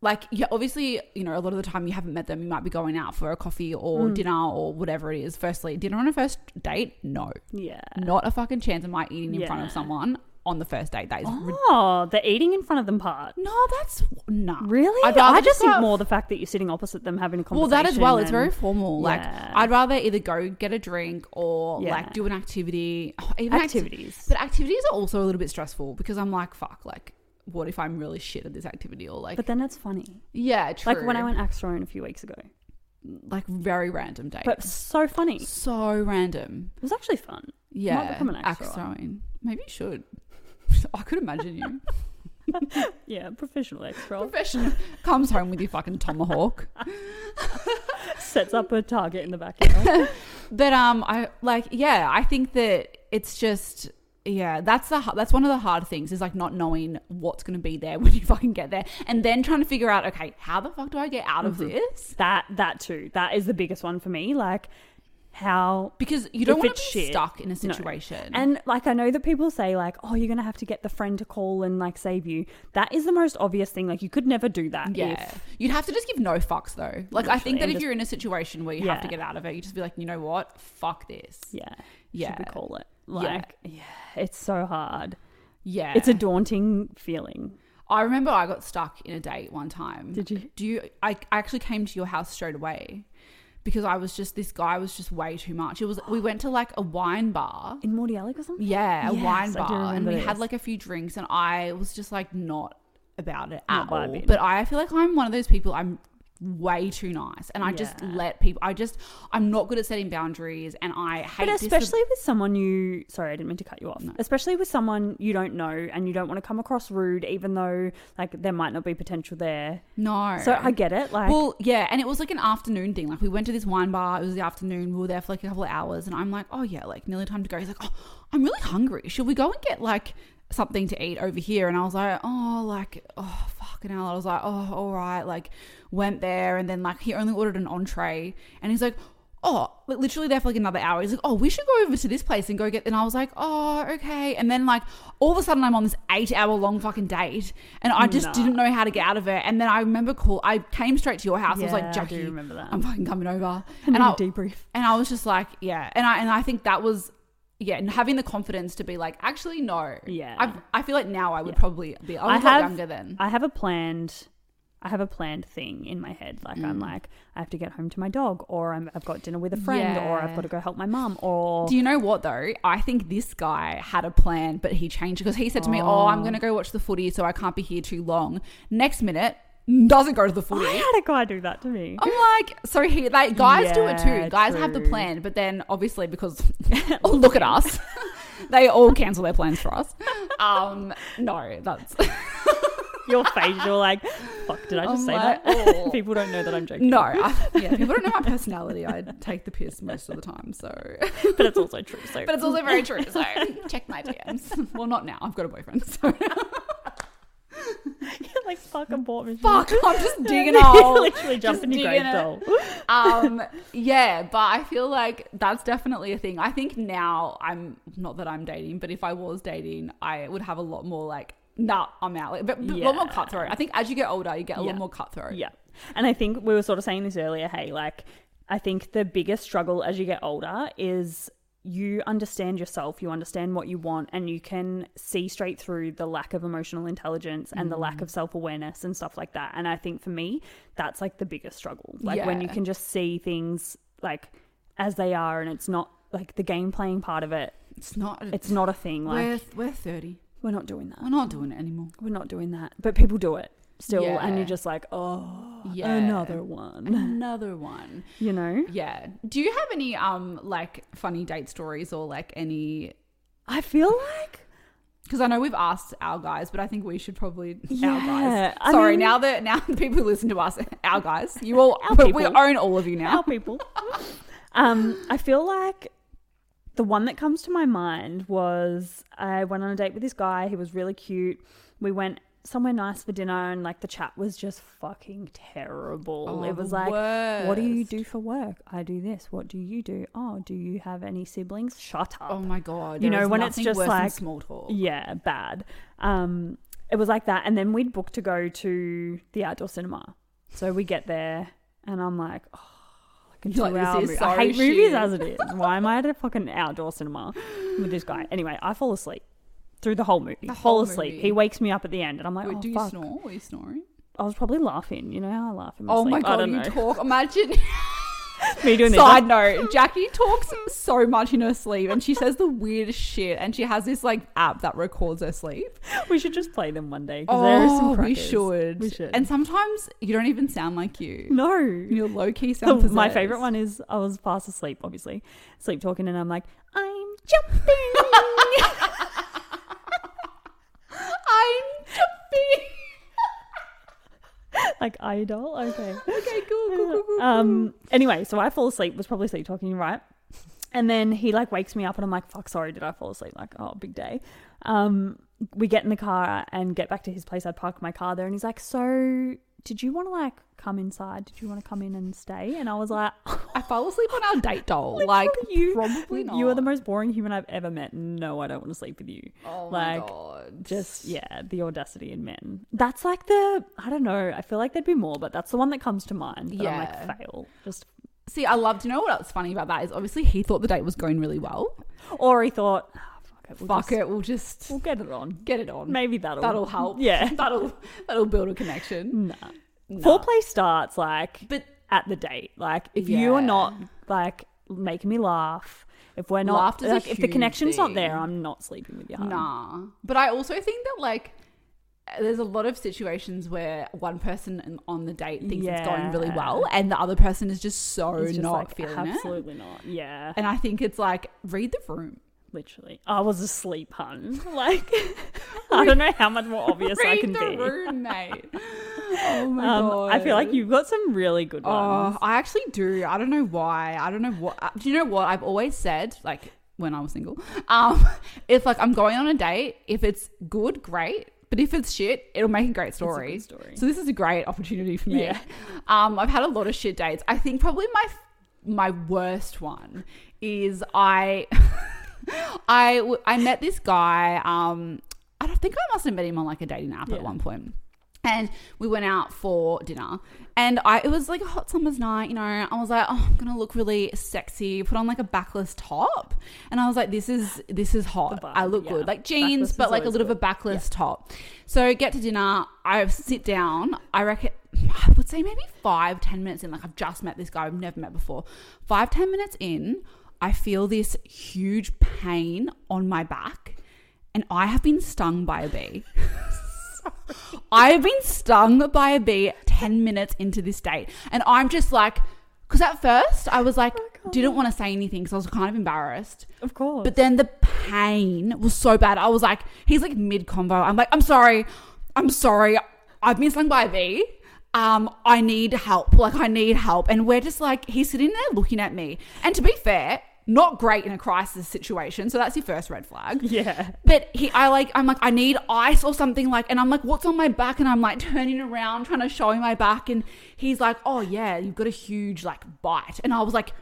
Speaker 1: like yeah, obviously, you know, a lot of the time you haven't met them. You might be going out for a coffee or
Speaker 2: Mm.
Speaker 1: dinner or whatever it is. Firstly, dinner on a first date, no,
Speaker 2: Yeah.
Speaker 1: not a fucking chance. Am I eating in front of
Speaker 2: Yeah.
Speaker 1: someone on the first date? That is rid-
Speaker 2: Oh, the eating in front of them part.
Speaker 1: no, that's nah.
Speaker 2: Really?
Speaker 1: I'd rather
Speaker 2: I just think
Speaker 1: have-
Speaker 2: more the fact that you're sitting opposite them having a
Speaker 1: Well,
Speaker 2: conversation.
Speaker 1: that as well. It's
Speaker 2: and-
Speaker 1: very formal. Like,
Speaker 2: Yeah.
Speaker 1: I'd rather either go get a drink or
Speaker 2: Yeah.
Speaker 1: like do an activity. Oh, even acti-
Speaker 2: Activities.
Speaker 1: but activities are also a little bit stressful because I'm like, fuck, like, what if I'm really shit at this activity or like,
Speaker 2: But then that's funny.
Speaker 1: yeah, true.
Speaker 2: Like when I went axe throwing a few weeks ago,
Speaker 1: like very random date,
Speaker 2: but so funny. It
Speaker 1: so random.
Speaker 2: was actually fun.
Speaker 1: Yeah,
Speaker 2: become an axe thrower.
Speaker 1: throwing. Maybe you should. I could imagine you.
Speaker 2: Yeah, professional axe thrower
Speaker 1: Professional comes home with your fucking tomahawk.
Speaker 2: sets up a target in the backyard.
Speaker 1: But um, I like yeah. I think that it's just yeah. That's the hu- that's one of the hard things is like not knowing what's gonna be there when you fucking get there, and then trying to figure out okay, how the fuck do I get out of
Speaker 2: Mm-hmm.
Speaker 1: this?
Speaker 2: that that too. That is the biggest one for me. Like how
Speaker 1: Because you don't
Speaker 2: If
Speaker 1: want to
Speaker 2: it's
Speaker 1: be
Speaker 2: shit,
Speaker 1: stuck in a
Speaker 2: no.
Speaker 1: situation.
Speaker 2: And like I know that people say like, oh, you're gonna have to get the friend to call and like save you. That is the most obvious thing. Like you could never do that.
Speaker 1: Uh, yeah,
Speaker 2: If,
Speaker 1: you'd have to just give no fucks though. Like I
Speaker 2: Literally,
Speaker 1: think that
Speaker 2: and
Speaker 1: if
Speaker 2: just-
Speaker 1: you're in a situation where you have to
Speaker 2: Yeah.
Speaker 1: get out of it, you just be like, you know what, fuck this. Yeah,
Speaker 2: yeah.
Speaker 1: Yeah.
Speaker 2: Should we call it? Like, yeah. It's so hard.
Speaker 1: yeah.
Speaker 2: It's a daunting feeling.
Speaker 1: I remember I got stuck in a date one time.
Speaker 2: Did you?
Speaker 1: Do you? I I actually came to your house straight away because I was just this guy was just way too much. It was we went to like a wine bar.
Speaker 2: in Morty Alec or something.
Speaker 1: Yeah, a
Speaker 2: Yes, I
Speaker 1: wine
Speaker 2: do
Speaker 1: bar. And
Speaker 2: remember
Speaker 1: we
Speaker 2: this.
Speaker 1: had like a few drinks and I was just like not about it
Speaker 2: Not
Speaker 1: at all.
Speaker 2: vibing.
Speaker 1: But I feel like I'm one of those people I'm way too nice and I just
Speaker 2: Yeah.
Speaker 1: let people I just I'm not good at setting boundaries and I hate
Speaker 2: But
Speaker 1: disab-
Speaker 2: especially with someone you, sorry, I didn't mean to cut you off. Especially with someone you don't know and you don't want to come across rude, even though like there might not be potential there.
Speaker 1: No.
Speaker 2: So I get it. Like,
Speaker 1: well, yeah, and it was like an afternoon thing. Like we went to this wine bar. It was the afternoon. We were there for like a couple of hours, and I'm like, oh yeah, like nearly time to go. He's like, oh, I'm really hungry. Should we go and get like something to eat over here? And I was like, oh, like oh fucking hell. I was like, oh, all right. Like went there, and then like he only ordered an entree, and he's like. Oh, like literally there for like another hour. He's like, "Oh, we should go over to this place and go get." And I was like, "Oh, okay." And then like all of a sudden, I'm on this eight-hour-long fucking date, and I just
Speaker 2: Nah.
Speaker 1: didn't know how to get out of it. And then I remember call. I came straight to your house. I was
Speaker 2: Yeah,
Speaker 1: like,
Speaker 2: I
Speaker 1: Jackie,
Speaker 2: do remember that.
Speaker 1: I'm fucking coming over.
Speaker 2: and
Speaker 1: And I,
Speaker 2: debrief.
Speaker 1: and I was just like, yeah. And I and I think that was yeah, and having the confidence to be like, actually no.
Speaker 2: Yeah.
Speaker 1: I I feel like now I would
Speaker 2: Yeah.
Speaker 1: probably be I was
Speaker 2: I
Speaker 1: a lot
Speaker 2: have-
Speaker 1: younger then.
Speaker 2: I have a planned. I have a planned thing in my head. Like
Speaker 1: Mm.
Speaker 2: I'm like, I have to get home to my dog, or I'm, I've got dinner with a friend, or I've
Speaker 1: Yeah.
Speaker 2: got to go help my mum, or
Speaker 1: Do you know what though? I think this guy had a plan, but he changed because he said to me, "Oh, I'm going to go watch the footy, so I can't be here too long." Next minute, doesn't go to the footy.
Speaker 2: I had a guy do that to me.
Speaker 1: I'm like, so he like guys do it
Speaker 2: Yeah,
Speaker 1: too. Guys have the
Speaker 2: true.
Speaker 1: plan, but then obviously because oh, look at us, they all cancel their plans for us. Um, no, that's
Speaker 2: Your face, you're like, fuck, did I just
Speaker 1: I'm
Speaker 2: say
Speaker 1: like,
Speaker 2: that?
Speaker 1: "Oh."
Speaker 2: People don't know that I'm joking.
Speaker 1: no. I, yeah, people don't know my personality. I take the piss most of the time, so
Speaker 2: but it's also true. So
Speaker 1: but it's also very true. So check my DMs. Well, not now. I've got a boyfriend. So
Speaker 2: You're like fuck abortion.
Speaker 1: fuck, I'm just digging a hole.
Speaker 2: literally jump
Speaker 1: Just
Speaker 2: in your grave
Speaker 1: digging it.
Speaker 2: doll.
Speaker 1: um yeah but i feel like that's definitely a thing i think now i'm not that i'm dating but if i was dating i would have a lot more like nah i'm out like, but, but a lot more
Speaker 2: Yeah.
Speaker 1: cutthroat i think as you get older you get a
Speaker 2: Yeah.
Speaker 1: lot more cutthroat
Speaker 2: Yeah. And I think we were sort of saying this earlier, hey, like I think the biggest struggle as you get older is you understand yourself, you understand what you want, and you can see straight through the lack of emotional intelligence and the
Speaker 1: Mm.
Speaker 2: lack of self awareness and stuff like that. And I think for me, that's like the biggest struggle. Like when you
Speaker 1: Yeah.
Speaker 2: can just see things like as they are and it's not like the game playing part of it,
Speaker 1: it's not
Speaker 2: it's not a thing. Like
Speaker 1: we're, we're 30
Speaker 2: we're not doing that
Speaker 1: Mm. we're not doing it anymore
Speaker 2: we're not doing that. But people do it still, and
Speaker 1: Yeah.
Speaker 2: you're just like, oh,
Speaker 1: Yeah.
Speaker 2: another one.
Speaker 1: another one
Speaker 2: You know,
Speaker 1: yeah do you have any um like funny date stories or like any
Speaker 2: I feel like
Speaker 1: because I know we've asked our guys, but I think we should probably our
Speaker 2: Yeah,
Speaker 1: guys.
Speaker 2: I
Speaker 1: Sorry,
Speaker 2: mean-
Speaker 1: now that now the people who listen to us, our guys, you all,
Speaker 2: Our
Speaker 1: we- we
Speaker 2: people.
Speaker 1: own all of you
Speaker 2: our
Speaker 1: now.
Speaker 2: people. um, I feel like the one that comes to my mind was I went on a date with this guy. He was really cute. We went somewhere nice for dinner, and like the chat was just fucking terrible.
Speaker 1: Oh,
Speaker 2: it was
Speaker 1: the
Speaker 2: like. What do you
Speaker 1: worst.
Speaker 2: do for work? I do this. What do you do? Oh, do you have any siblings? Shut up.
Speaker 1: Oh my god!
Speaker 2: You
Speaker 1: there
Speaker 2: know,
Speaker 1: is
Speaker 2: when it's
Speaker 1: nothing
Speaker 2: just
Speaker 1: worse than
Speaker 2: like-
Speaker 1: small talk.
Speaker 2: Yeah, bad. Um, it was like that, and then we'd booked to go to the outdoor cinema. So we get there, and I'm like, oh, like a
Speaker 1: You're like,
Speaker 2: two
Speaker 1: this
Speaker 2: hour
Speaker 1: is
Speaker 2: movie.
Speaker 1: so
Speaker 2: I hate movies
Speaker 1: shit.
Speaker 2: as it is. Why am I at a fucking outdoor cinema with this guy? Anyway, I fall asleep through the whole movie.
Speaker 1: The
Speaker 2: fall
Speaker 1: whole
Speaker 2: asleep.
Speaker 1: movie.
Speaker 2: He wakes me up at the end, and I'm like,
Speaker 1: Wait,
Speaker 2: oh
Speaker 1: do you
Speaker 2: fuck.
Speaker 1: snore? Are you snoring?
Speaker 2: I was probably laughing. You know how I laugh in my
Speaker 1: Oh
Speaker 2: sleep.
Speaker 1: my
Speaker 2: I
Speaker 1: god!
Speaker 2: don't
Speaker 1: You
Speaker 2: know.
Speaker 1: talk. Imagine.
Speaker 2: me doing this.
Speaker 1: Side note: Jackie talks so much in her sleep, and she says the weirdest shit. And she has this like app that records her sleep.
Speaker 2: We should just play them one day. 'cause there are some
Speaker 1: Oh, we
Speaker 2: crackers.
Speaker 1: should.
Speaker 2: We should.
Speaker 1: And sometimes you don't even sound like you.
Speaker 2: no,
Speaker 1: You're low key
Speaker 2: The-
Speaker 1: sound.
Speaker 2: my
Speaker 1: possessed.
Speaker 2: favorite one is I was fast asleep, obviously, sleep talking, and I'm like, I'm jumping.
Speaker 1: I'm jumping.
Speaker 2: like idol. Okay.
Speaker 1: okay, cool, cool, cool, cool.
Speaker 2: Um. Anyway, so I fall asleep. Was probably sleep talking, right? And then he like wakes me up, and I'm like, fuck, sorry, did I fall asleep? Like, oh, big day. Um. We get in the car and get back to his place. I park my car there, and he's like, so. Did you want to like come inside? Did you want to come in and stay? And I was like,
Speaker 1: I fell asleep on our date doll. like
Speaker 2: you,
Speaker 1: probably not.
Speaker 2: you are the most boring human I've ever met. No, I don't want to sleep with you.
Speaker 1: oh
Speaker 2: like,
Speaker 1: my god.
Speaker 2: just yeah the audacity in men that's like the i don't know i feel like there'd be more but that's the one that comes to mind yeah i'm
Speaker 1: Yeah.
Speaker 2: like fail just
Speaker 1: See, I love. Do you know what else funny about that is? Obviously, he thought the date was going really well.
Speaker 2: or he thought "Ah, fuck it we'll
Speaker 1: Fuck
Speaker 2: just-
Speaker 1: it, we'll just
Speaker 2: we'll get it on
Speaker 1: get it on.
Speaker 2: maybe that'll
Speaker 1: That'll help.
Speaker 2: yeah
Speaker 1: That'll that'll build a connection.
Speaker 2: nah.
Speaker 1: Nah.
Speaker 2: foreplay starts like
Speaker 1: but
Speaker 2: at the date. Like if you're
Speaker 1: Yeah.
Speaker 2: not like making me laugh, if we're not
Speaker 1: Laughter's a
Speaker 2: like if the
Speaker 1: huge
Speaker 2: connection's not there,
Speaker 1: thing.
Speaker 2: I'm not sleeping with you. hun.
Speaker 1: Nah. But I also think that like there's a lot of situations where one person in- on the date thinks it's going really
Speaker 2: Yeah.
Speaker 1: well and the other person is just so
Speaker 2: It's just
Speaker 1: not
Speaker 2: like,
Speaker 1: feeling it.
Speaker 2: absolutely not. Yeah,
Speaker 1: And I think it's like read the room.
Speaker 2: literally. I was asleep, hun. Like I don't know how much more obvious I
Speaker 1: read
Speaker 2: can
Speaker 1: the
Speaker 2: be.
Speaker 1: room, mate. oh my
Speaker 2: Um,
Speaker 1: god.
Speaker 2: I feel like you've got some really good ones.
Speaker 1: Oh, I actually do. I don't know why. I don't know what. uh, Do you know what I've always said? Like when I was single, um, if like I'm going on a date, if it's good, great. But if it's shit, it'll make a great story.
Speaker 2: good story.
Speaker 1: So this is a great opportunity for me.
Speaker 2: Yeah.
Speaker 1: Um, I've had a lot of shit dates. I think probably my my worst one is I I w- I met this guy. Um, I don't think I must have met him on like a dating app at
Speaker 2: Yeah.
Speaker 1: one point. And we went out for dinner, and I it was like a hot summer's night, you know. I was like, oh, I'm gonna look really sexy, put on like a backless top, and I was like, this is this is hot.
Speaker 2: vibe,
Speaker 1: I look
Speaker 2: yeah.
Speaker 1: good, like jeans,
Speaker 2: Backless is
Speaker 1: but like a
Speaker 2: always
Speaker 1: little
Speaker 2: good.
Speaker 1: bit backless top. So get to dinner, I sit down. I reckon I would say maybe five, ten minutes in. Like I've just met this guy I've never met before. Five, ten minutes in, I feel this huge pain on my back, and I have been stung by a bee. I have been stung by a bee 10 minutes into this date. And I'm just like, because at first I was like, didn't want to say anything because I was kind of embarrassed.
Speaker 2: Of course.
Speaker 1: But then the pain was so bad. I was like, he's like mid combo. I'm like, I'm sorry. I'm sorry. I've been stung by a bee. Um, I need help. Like, I need help. And we're just like, he's sitting there looking at me. And to be fair, not great in a crisis situation. So that's your first red flag.
Speaker 2: yeah.
Speaker 1: But he, I like, I'm like, I need ice or something like, and I'm like, what's on my back? And I'm like turning around, trying to show him my back, and he's like, oh yeah, you've got a huge like bite, and I was like,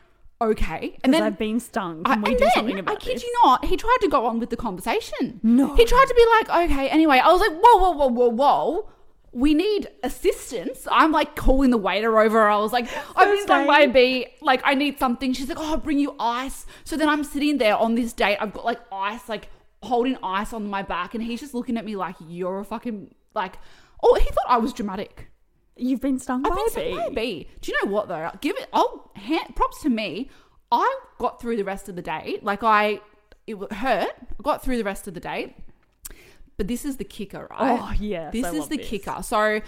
Speaker 1: okay, and
Speaker 2: Because
Speaker 1: then.
Speaker 2: I've been stung.
Speaker 1: I,
Speaker 2: um,
Speaker 1: and
Speaker 2: Can we do something
Speaker 1: then,
Speaker 2: about
Speaker 1: I kid
Speaker 2: this?
Speaker 1: you not, he tried to go on with the conversation.
Speaker 2: No.
Speaker 1: He tried to be like, okay, anyway. I was like, whoa, whoa, whoa, whoa, whoa. We need assistance. I'm like calling the waiter over. I was like, I've been stung by a
Speaker 2: same.
Speaker 1: be like I need something. She's like, oh, I'll bring you ice. So then I'm sitting there on this date. I've got like ice, like holding ice on my back, and he's just looking at me like you're a fucking like. Oh, he thought I was dramatic.
Speaker 2: You've been stung by
Speaker 1: I've been
Speaker 2: a
Speaker 1: stung
Speaker 2: bee.
Speaker 1: by a bee. Do you know what though? Give it. Oh, hand, props to me. I got through the rest of the date. Like I, it w- hurt. I got through the rest of the date. But this is the kicker, right?
Speaker 2: Oh, yes,
Speaker 1: This
Speaker 2: I
Speaker 1: is
Speaker 2: love
Speaker 1: the
Speaker 2: this.
Speaker 1: kicker. So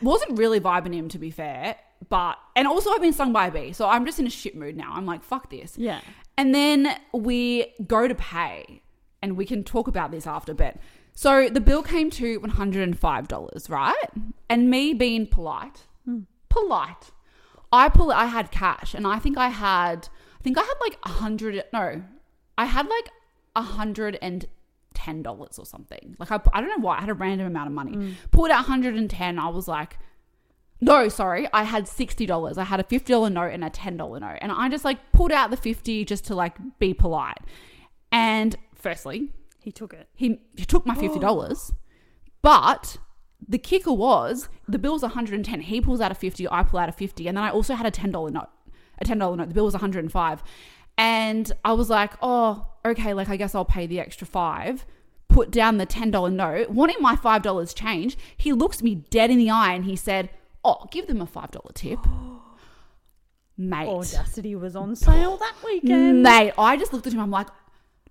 Speaker 1: wasn't really vibing him to be fair, but and also I've been stung by a bee, so I'm just in a shit mood now. I'm like, fuck this.
Speaker 2: Yeah.
Speaker 1: And then we go to pay, and we can talk about this after, but so the bill came to $105, right? And me being polite, polite. I pull I had cash and I think I had I think I had like a hundred no, I had like a hundred and ten dollars or something. Like I, I don't know why I had a random amount of money. Pulled out 110, I was like, no, sorry, I had sixty dollars. I had a fifty dollar note and a ten dollar note, and I just like pulled out the fifty just to like be polite. And firstly,
Speaker 2: He took it.
Speaker 1: he, he took my fifty dollars, but the kicker was the bill was one hundred and ten. He pulls out a fifty, I pull out a fifty, and then I also had a ten dollar note, a ten dollar note. The bill was one hundred and five, and I was like, oh, okay, like I guess I'll pay the extra five. Put down the ten dollar note, wanting my five dollars change. He looks me dead in the eye and he said, "Oh, give them a five dollar tip, mate."
Speaker 2: Audacity was on sale that weekend.
Speaker 1: Mate, I just looked at him. I'm like,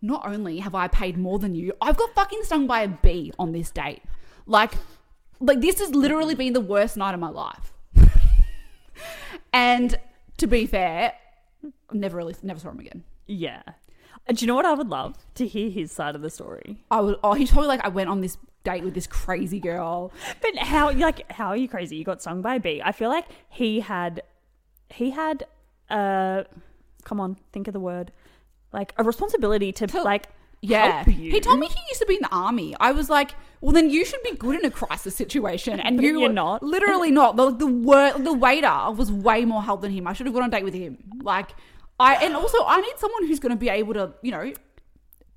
Speaker 1: not only have I paid more than you, I've got fucking stung by a bee on this date. Like, like this has literally been the worst night of my life. and to be fair, never really, never saw him again.
Speaker 2: Yeah. And do you know what I would love to hear his side of the story?
Speaker 1: I would. Oh, he's probably like, I went on this date with this crazy girl.
Speaker 2: But how like how are you crazy? You got stung by a bee. I feel like he had he had uh come on, think of the word. Like a responsibility to,
Speaker 1: To-
Speaker 2: like
Speaker 1: Yeah,
Speaker 2: help you.
Speaker 1: he told me he used to be in the army. I was like, well, then you should be good in a crisis situation, and
Speaker 2: But
Speaker 1: you
Speaker 2: you're
Speaker 1: were
Speaker 2: not.
Speaker 1: Literally not. The the, wor- the waiter was way more help than him. I should have gone on a date with him. Like I and also I need someone who's going to be able to you know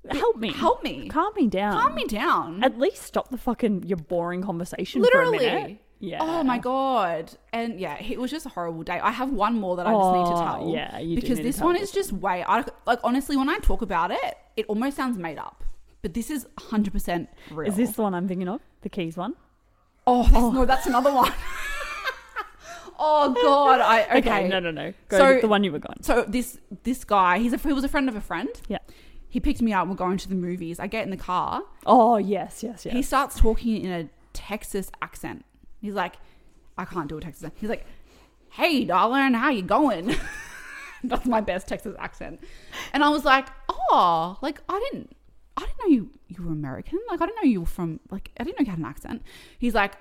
Speaker 2: help me.
Speaker 1: help me.
Speaker 2: Calm me down.
Speaker 1: calm me down.
Speaker 2: At least stop the fucking your boring conversation. for a minute.
Speaker 1: literally.
Speaker 2: Yeah.
Speaker 1: Oh my god. And yeah, it was just a horrible day. I have one more that I just need to
Speaker 2: Oh,
Speaker 1: tell.
Speaker 2: yeah, you do
Speaker 1: because
Speaker 2: need to
Speaker 1: this
Speaker 2: tell
Speaker 1: one
Speaker 2: this
Speaker 1: is just way. I, like honestly, when I talk about it, it almost sounds made up. But this is 100% real.
Speaker 2: Is this the one I'm thinking of? The keys one?
Speaker 1: Oh, that's, no, that's another one. Oh God! I okay.
Speaker 2: no, no, no. Go
Speaker 1: So-
Speaker 2: with the one you were gone.
Speaker 1: So this this guy, he's a he was a friend of a friend.
Speaker 2: Yeah.
Speaker 1: He picked me up. We're going to the movies. I get in the car.
Speaker 2: Oh yes, yes, yes.
Speaker 1: He starts talking in a Texas accent. He's like, I can't do a Texas accent. He's like, Hey, darling, how you going? That's my best Texas accent. And I was like, Oh, like I didn't, I didn't know you you were American. Like I didn't know you were from. Like I didn't know you had an accent. He's like,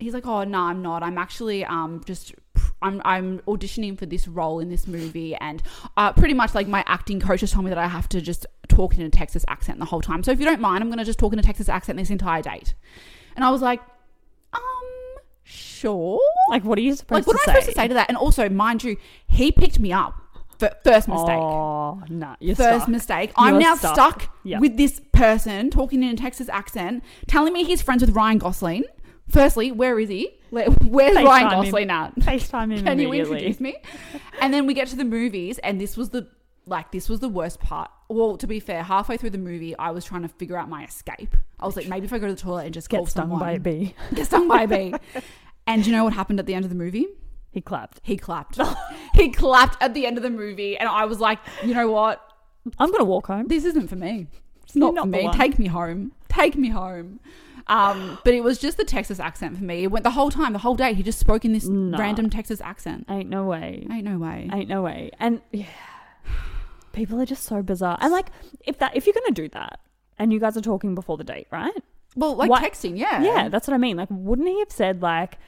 Speaker 1: he's like, Oh no, I'm not. I'm actually um just. I'm, I'm auditioning for this role in this movie, and uh, pretty much like my acting coach has told me that I have to just talk in a Texas accent the whole time. So if you don't mind, I'm going to just talk in a Texas accent this entire date. And I was like, um, sure.
Speaker 2: like what are you
Speaker 1: Like,
Speaker 2: supposed
Speaker 1: what am
Speaker 2: to
Speaker 1: I supposed to say to that? And also, mind you, he picked me up. F- first mistake.
Speaker 2: Oh no, you're
Speaker 1: First
Speaker 2: stuck.
Speaker 1: mistake.
Speaker 2: You
Speaker 1: I'm
Speaker 2: are
Speaker 1: now
Speaker 2: stuck.
Speaker 1: stuck,
Speaker 2: Yeah.
Speaker 1: with this person talking in a Texas accent, telling me he's friends with Ryan Gosling. Firstly, where is he? Where- Where's
Speaker 2: FaceTime
Speaker 1: Ryan
Speaker 2: him.
Speaker 1: Gosling at?
Speaker 2: FaceTime him
Speaker 1: Can you
Speaker 2: immediately.
Speaker 1: introduce me? And then we get to the movies, and this was the like this was the worst part. Well, to be fair, halfway through the movie, I was trying to figure out my escape. I was like, maybe if I go to the toilet and just call
Speaker 2: Get stung
Speaker 1: someone,
Speaker 2: by a bee.
Speaker 1: get stung by a bee. And do you know what happened at the end of the movie?
Speaker 2: He clapped.
Speaker 1: He clapped. he clapped at the end of the movie, and I was like, you know what?
Speaker 2: I'm gonna walk home.
Speaker 1: This isn't for me. It's not,
Speaker 2: Not
Speaker 1: for
Speaker 2: the
Speaker 1: me.
Speaker 2: one.
Speaker 1: Take me home. Take me home. Um, but it was just the Texas accent for me. It went the whole time, the whole day. He just spoke in this
Speaker 2: Nah.
Speaker 1: random Texas accent.
Speaker 2: Ain't no way.
Speaker 1: Ain't no way.
Speaker 2: Ain't no way. And yeah, people are just so bizarre. And like, if that if you're gonna do that, and you guys are talking before the date, right?
Speaker 1: Well, like
Speaker 2: What-
Speaker 1: texting, yeah.
Speaker 2: Yeah, that's what I mean. Like, wouldn't he have said like,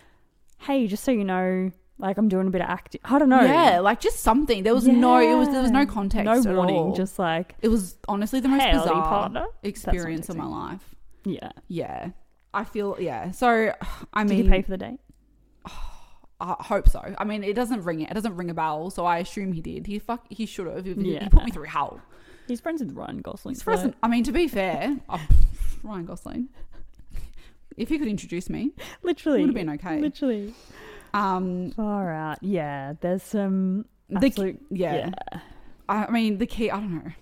Speaker 2: "Hey, just so you know, like I'm doing a bit of acting." I don't know.
Speaker 1: Yeah, like just something. There was no it was there was
Speaker 2: Yeah.
Speaker 1: no context.
Speaker 2: no
Speaker 1: at
Speaker 2: warning.
Speaker 1: all.
Speaker 2: Just like,
Speaker 1: it was honestly the most
Speaker 2: Howdy,
Speaker 1: bizarre
Speaker 2: partner.
Speaker 1: experience of
Speaker 2: That's
Speaker 1: my
Speaker 2: not
Speaker 1: life.
Speaker 2: yeah.
Speaker 1: Yeah. I feel yeah. So I
Speaker 2: Did
Speaker 1: mean
Speaker 2: he pay for the date?
Speaker 1: I hope so. I mean it doesn't ring it doesn't ring a bell, so I assume he did. He fuck he should have. He, he
Speaker 2: Yeah.
Speaker 1: put me through hell.
Speaker 2: He's friends with Ryan Gosling.
Speaker 1: He's
Speaker 2: so-
Speaker 1: present. I mean to be fair, oh, Ryan Gosling. If he could introduce me, it
Speaker 2: Literally.
Speaker 1: would have been okay.
Speaker 2: Literally.
Speaker 1: Um
Speaker 2: Far out. Yeah. There's some.
Speaker 1: The-
Speaker 2: absolute-
Speaker 1: yeah. I I mean the key I don't know.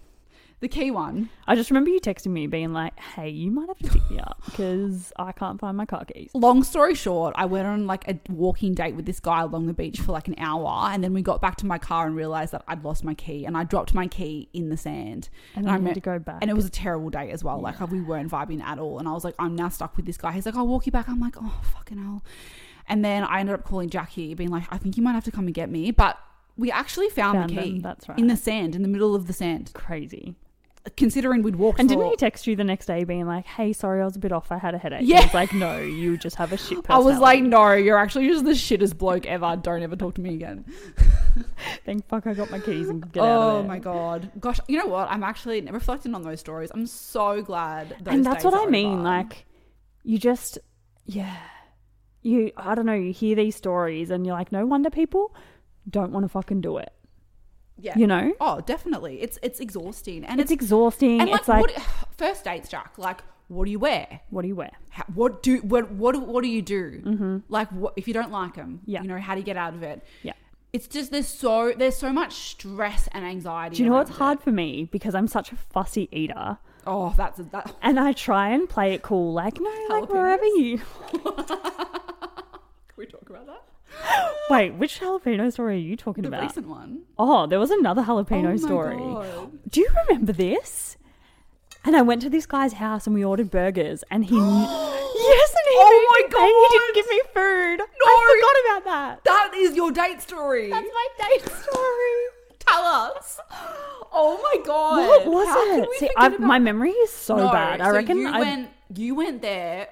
Speaker 1: The key one
Speaker 2: I just remember you texting me being like, "Hey, you might have to pick me up because I can't find my car keys."
Speaker 1: long story short, I went on like a walking date with this guy along the beach for like an hour, and then we got back to my car and realized that I'd lost my key, and I dropped my key in the sand, And
Speaker 2: And, I
Speaker 1: I
Speaker 2: had
Speaker 1: me-
Speaker 2: to go back.
Speaker 1: and it was a terrible day as well. Like we weren't vibing at all, and I was like, I'm now stuck with this guy. He's like, I'll walk you back. I'm like, oh fucking hell. And then I ended up calling Jackie, being like, I think you might have to come and get me, but we actually found,
Speaker 2: Found
Speaker 1: the
Speaker 2: them,
Speaker 1: key
Speaker 2: That's right.
Speaker 1: in the sand, in the middle of the sand.
Speaker 2: crazy.
Speaker 1: Considering we'd walked,
Speaker 2: And didn't
Speaker 1: for-
Speaker 2: he text you the next day being like, "Hey, sorry, I was a bit off. I had a headache."
Speaker 1: Yeah.
Speaker 2: He was like, "No, you just have a shit."
Speaker 1: I was like,
Speaker 2: personality."
Speaker 1: no, you're actually just the shittest bloke ever. Don't ever talk to me again.
Speaker 2: "Thank fuck, I got my keys and get
Speaker 1: oh
Speaker 2: out of there."
Speaker 1: my god, gosh! You know what? I'm actually reflecting on those stories. I'm so glad. Those
Speaker 2: and that's
Speaker 1: days
Speaker 2: what
Speaker 1: are
Speaker 2: I mean.
Speaker 1: over.
Speaker 2: Like, you just, yeah, you. I don't know. You hear these stories, and you're like, no wonder people don't want to fucking do it.
Speaker 1: yeah.
Speaker 2: You know,
Speaker 1: Oh, definitely. It's it's exhausting, and it's,
Speaker 2: it's exhausting.
Speaker 1: and like,
Speaker 2: it's like,
Speaker 1: what, first dates, Jack. Like, what do you wear?
Speaker 2: what do you wear?
Speaker 1: How, what do what what do- what do you do? Like, what if you don't like them?
Speaker 2: Yeah.
Speaker 1: You know how do you get out of it?
Speaker 2: Yeah.
Speaker 1: It's just there's so there's so much stress and anxiety.
Speaker 2: Do you know
Speaker 1: around
Speaker 2: what's
Speaker 1: it.
Speaker 2: hard for me because I'm such a fussy eater,
Speaker 1: Oh, that's that.
Speaker 2: and I try and play it cool, like no, like
Speaker 1: Jalapenos?
Speaker 2: wherever you.
Speaker 1: Can we talk about that?
Speaker 2: Wait, which jalapeno story are you talking
Speaker 1: The
Speaker 2: about?
Speaker 1: recent one.
Speaker 2: Oh, there was another jalapeno
Speaker 1: oh my
Speaker 2: story.
Speaker 1: God.
Speaker 2: Do you remember this? And I went to this guy's house and we ordered burgers and he Yes and he
Speaker 1: Oh
Speaker 2: made
Speaker 1: my
Speaker 2: me pay. He
Speaker 1: God.
Speaker 2: didn't give me food.
Speaker 1: No.
Speaker 2: I forgot about that.
Speaker 1: That is your date story.
Speaker 2: That's my date story.
Speaker 1: Tell us. Oh my god.
Speaker 2: What was
Speaker 1: How can
Speaker 2: it?
Speaker 1: we
Speaker 2: See,
Speaker 1: forget
Speaker 2: I,
Speaker 1: about-
Speaker 2: my memory is so
Speaker 1: No,
Speaker 2: Oh, bad. I
Speaker 1: so
Speaker 2: reckon
Speaker 1: you
Speaker 2: I
Speaker 1: went you went there.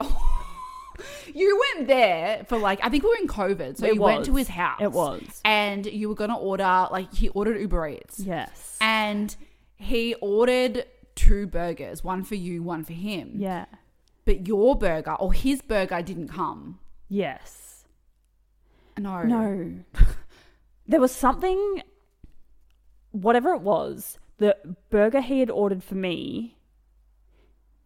Speaker 1: you went there for like I think we were in COVID, so
Speaker 2: It
Speaker 1: you went to his
Speaker 2: was.
Speaker 1: house.
Speaker 2: It was.
Speaker 1: And you were gonna order like he ordered Uber Eats.
Speaker 2: yes.
Speaker 1: And he ordered two burgers, one for you, one for him.
Speaker 2: yeah.
Speaker 1: But your burger or his burger didn't come.
Speaker 2: Yes.
Speaker 1: No.
Speaker 2: No. there was something whatever it was, the burger he had ordered for me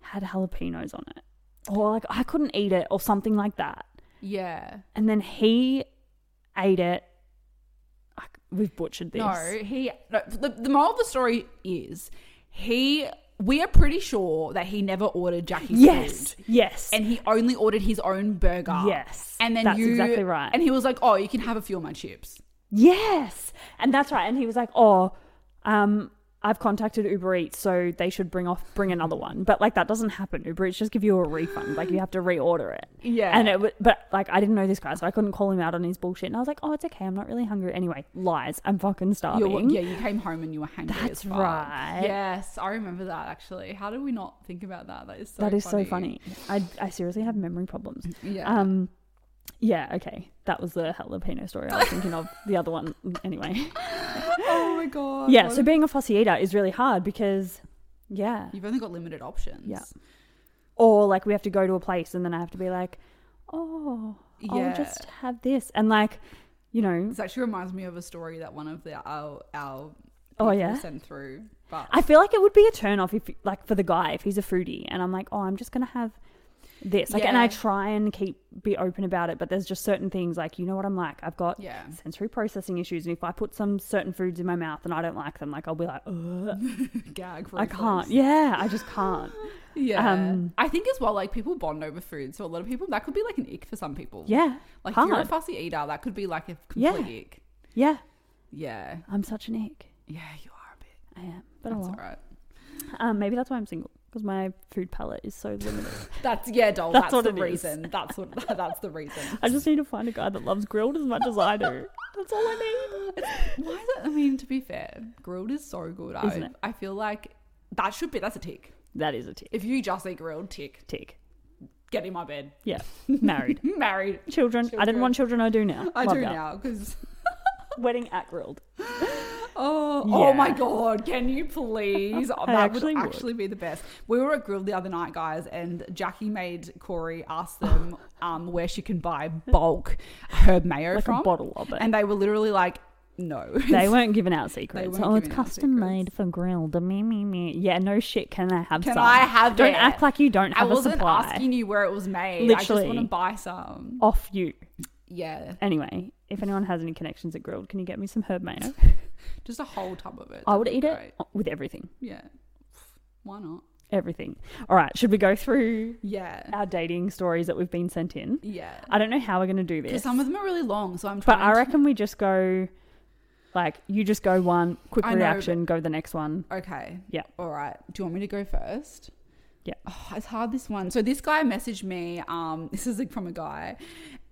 Speaker 2: had jalapenos on it. Or like I couldn't eat it or something like that.
Speaker 1: Yeah.
Speaker 2: And then he ate it. I c- We've butchered this.
Speaker 1: No, he. No, the, the moral of the story is he we are pretty sure that he never ordered Jackie's
Speaker 2: Yes.
Speaker 1: food.
Speaker 2: Yes.
Speaker 1: And he only ordered his own burger.
Speaker 2: Yes,
Speaker 1: And then
Speaker 2: that's
Speaker 1: you
Speaker 2: exactly right.
Speaker 1: And he was like, Oh, you can have a few of my chips.
Speaker 2: yes. And that's right. And he was like, "Oh, um, I've contacted Uber Eats, so they should bring off bring another one." But like that doesn't happen. Uber Eats just give you a refund. Like you have to reorder it.
Speaker 1: Yeah.
Speaker 2: And it w- but like I didn't know this guy, so I couldn't call him out on his bullshit. And I was like, "Oh, it's okay. I'm not really hungry anyway." Lies. I'm fucking
Speaker 1: You
Speaker 2: starving.
Speaker 1: were- yeah, you came home and you were hungry. as
Speaker 2: That's
Speaker 1: fuck.
Speaker 2: right.
Speaker 1: Yes, I remember that actually. How did we not think about that? That is so
Speaker 2: that is
Speaker 1: funny.
Speaker 2: so funny. I I seriously have memory problems.
Speaker 1: Yeah.
Speaker 2: Um, yeah. Okay, that was the jalapeno story I was thinking of. The other one, anyway.
Speaker 1: oh my god.
Speaker 2: yeah.
Speaker 1: what
Speaker 2: So being a fussy eater is really hard because, yeah.
Speaker 1: You've only got limited options.
Speaker 2: Yeah. Or like we have to go to a place and then I have to be like, oh,
Speaker 1: Yeah.
Speaker 2: I'll just have this and like, you know,
Speaker 1: This actually reminds me of a story that one of the our our
Speaker 2: Oh,
Speaker 1: people
Speaker 2: yeah?
Speaker 1: sent through. But
Speaker 2: I feel like it would be a turn off if like for the guy if he's a foodie and I'm like, oh, I'm just gonna have this like, and
Speaker 1: Yeah.
Speaker 2: I try and keep be open about it, but there's just certain things like you know what I'm like. I've got
Speaker 1: yeah.
Speaker 2: sensory processing issues, and if I put some certain foods in my mouth and I don't like them, like I'll be like, Ugh,
Speaker 1: Gag
Speaker 2: I can't.
Speaker 1: reflex.
Speaker 2: Yeah, I just can't.
Speaker 1: Yeah.
Speaker 2: Um,
Speaker 1: I think as well, like people bond over food. So a lot of people that could be like an ick for some people.
Speaker 2: Yeah,
Speaker 1: Like if you're a
Speaker 2: hard.
Speaker 1: fussy eater, that could be like a
Speaker 2: Yeah.
Speaker 1: complete ick.
Speaker 2: yeah.
Speaker 1: Yeah.
Speaker 2: I'm such an ick.
Speaker 1: Yeah, you are a bit.
Speaker 2: I am, but
Speaker 1: That's
Speaker 2: oh
Speaker 1: all
Speaker 2: well.
Speaker 1: right.
Speaker 2: Um, maybe that's why I'm single because my food palette is so limited.
Speaker 1: That's yeah, doll. That's,
Speaker 2: That's what
Speaker 1: the
Speaker 2: it is.
Speaker 1: reason. That's what that's the reason.
Speaker 2: I just need to find a guy that loves grilled as much as I do. That's all I
Speaker 1: It's- Why is it? I mean, to be fair, grilled is so good. I
Speaker 2: Isn't it?
Speaker 1: I feel like that should be that's a tick.
Speaker 2: need. That is a tick.
Speaker 1: If you just eat grilled, tick.
Speaker 2: Tick.
Speaker 1: Get in my bed.
Speaker 2: Yeah. Married.
Speaker 1: Married.
Speaker 2: Children. I
Speaker 1: Children.
Speaker 2: didn't want children. I do now.
Speaker 1: I
Speaker 2: Love
Speaker 1: do
Speaker 2: that.
Speaker 1: now because
Speaker 2: Wedding at grilled.
Speaker 1: Oh, oh my
Speaker 2: Yeah.
Speaker 1: god! Can you please? Oh,
Speaker 2: I
Speaker 1: that
Speaker 2: actually
Speaker 1: would
Speaker 2: would.
Speaker 1: actually be the best. We were at Grill the other night, guys, and Jackie made Corey ask them um, where she can buy bulk herb mayo
Speaker 2: Like
Speaker 1: from,
Speaker 2: a bottle of it.
Speaker 1: and they were literally like, "No."
Speaker 2: they weren't giving out secrets.
Speaker 1: weren't
Speaker 2: Oh, it's
Speaker 1: giving out
Speaker 2: custom
Speaker 1: secrets.
Speaker 2: made for grilled. Me, me, me. Yeah, no shit. Can I have
Speaker 1: Can
Speaker 2: some?
Speaker 1: I have
Speaker 2: Don't
Speaker 1: it?
Speaker 2: act like you don't
Speaker 1: I
Speaker 2: have a
Speaker 1: wasn't
Speaker 2: supply.
Speaker 1: asking you where it was made. I just want to
Speaker 2: Literally.
Speaker 1: buy some.
Speaker 2: Off you.
Speaker 1: Yeah,
Speaker 2: Anyway, if anyone has any connections at grilled, can you get me some herb mayo?
Speaker 1: just a whole tub of it.
Speaker 2: I
Speaker 1: That'd
Speaker 2: would
Speaker 1: be
Speaker 2: eat
Speaker 1: great.
Speaker 2: it with everything.
Speaker 1: Yeah, why not?
Speaker 2: Everything. All right. Should we go through
Speaker 1: Yeah,
Speaker 2: our dating stories that we've been sent in.
Speaker 1: yeah.
Speaker 2: Uh, I don't know how we're going to do
Speaker 1: Because
Speaker 2: this,
Speaker 1: some of them are really long, so I'm
Speaker 2: but
Speaker 1: trying.
Speaker 2: I
Speaker 1: to-
Speaker 2: reckon we just go like you just go one quick
Speaker 1: I know,
Speaker 2: reaction, go the next one.
Speaker 1: Okay.
Speaker 2: Yeah.
Speaker 1: All right. Do you want me to go first?
Speaker 2: Yeah.
Speaker 1: Oh, it's hard this one. So this guy messaged me. Um, this is like from a guy,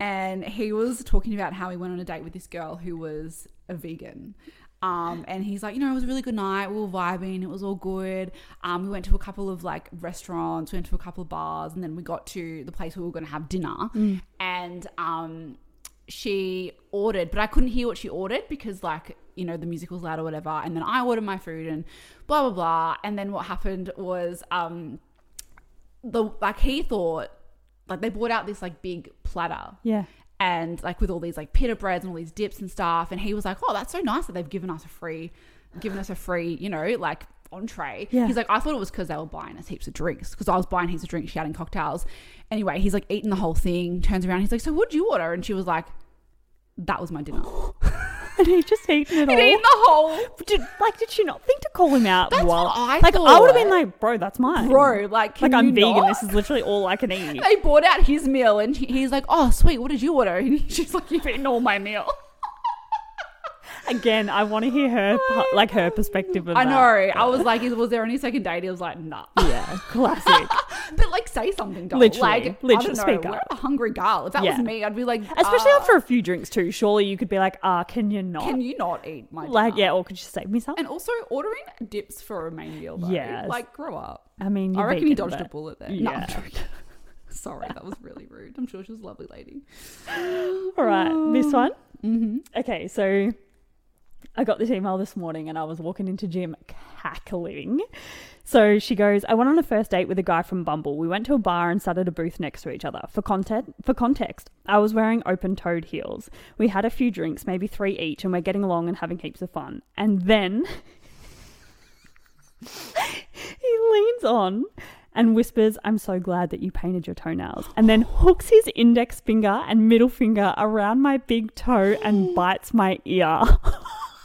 Speaker 1: and he was talking about how he went on a date with this girl who was a vegan. Um, and he's like, you know, it was a really good night. We were vibing. It was all good. Um, we went to a couple of like restaurants, went to a couple of bars, and then we got to the place where we were going to have dinner.
Speaker 2: Mm.
Speaker 1: And um, she ordered, but I couldn't hear what she ordered because, like, you know, the music was loud or whatever. And then I ordered my food and blah, blah, blah. And then what happened was, um, the like, he thought, like, they brought out this, like, big platter
Speaker 2: Yeah.
Speaker 1: and like with all these like pita breads and all these dips and stuff. And he was like, "Oh, that's so nice that they've given us a free, given us a free, you know, like entree."
Speaker 2: Yeah.
Speaker 1: He's like, "I thought it was because they were buying us heaps of drinks because I was buying heaps of drinks, she had in cocktails." Anyway, he's like eating the whole thing, turns around, he's like, "So what'd you order?" And she was like, "That was my dinner."
Speaker 2: And he just eaten it all.
Speaker 1: He'd eaten the whole.
Speaker 2: Did, like, did she not think to call him out?
Speaker 1: That's
Speaker 2: while,
Speaker 1: what I
Speaker 2: like, I would have been
Speaker 1: thought.
Speaker 2: like, bro, that's mine,
Speaker 1: Bro, like, can
Speaker 2: Like, I'm
Speaker 1: you
Speaker 2: vegan.
Speaker 1: not?
Speaker 2: This is literally all I can eat.
Speaker 1: They brought out his meal, and he- he's like, "Oh, sweet, what did you order?" And she's like, "You've eaten all my meal."
Speaker 2: Again, I want to hear her, pu- like, her perspective of
Speaker 1: I
Speaker 2: that.
Speaker 1: know. I was like, "Is- "Was there any second date?" He was like, "Nah."
Speaker 2: Yeah, classic.
Speaker 1: But like, say something, doll.
Speaker 2: Literally.
Speaker 1: like, I
Speaker 2: Literally,
Speaker 1: don't know,
Speaker 2: speak
Speaker 1: we're
Speaker 2: up.
Speaker 1: a hungry girl. If that was
Speaker 2: Yeah.
Speaker 1: me, I'd be like,
Speaker 2: Especially
Speaker 1: uh,
Speaker 2: after a few drinks too. Surely you could be like, ah, can you not?
Speaker 1: Can you not eat my
Speaker 2: like,
Speaker 1: dinner?
Speaker 2: yeah, or could you save me some?
Speaker 1: And also ordering dips for a main meal. Though.
Speaker 2: Yes.
Speaker 1: like grow up.
Speaker 2: I mean,
Speaker 1: I
Speaker 2: you're
Speaker 1: reckon you
Speaker 2: vegan,
Speaker 1: dodged a
Speaker 2: but-
Speaker 1: bullet there. No,
Speaker 2: Yeah.
Speaker 1: I'm joking. sorry, that was really rude. I'm sure she was a lovely lady.
Speaker 2: All right,
Speaker 1: Mm.
Speaker 2: this one. Mm-hmm. Okay, so I got this email this morning and I was walking into gym cackling. So she goes, I went on a first date with a guy from Bumble. We went to a bar and sat at a booth next to each other. For content for context, I was wearing open toed heels. We had a few drinks, maybe three each, and we're getting along and having heaps of fun. And then he leans on and whispers, I'm so glad that you painted your toenails. And then hooks his index finger and middle finger around my big toe and bites my ear.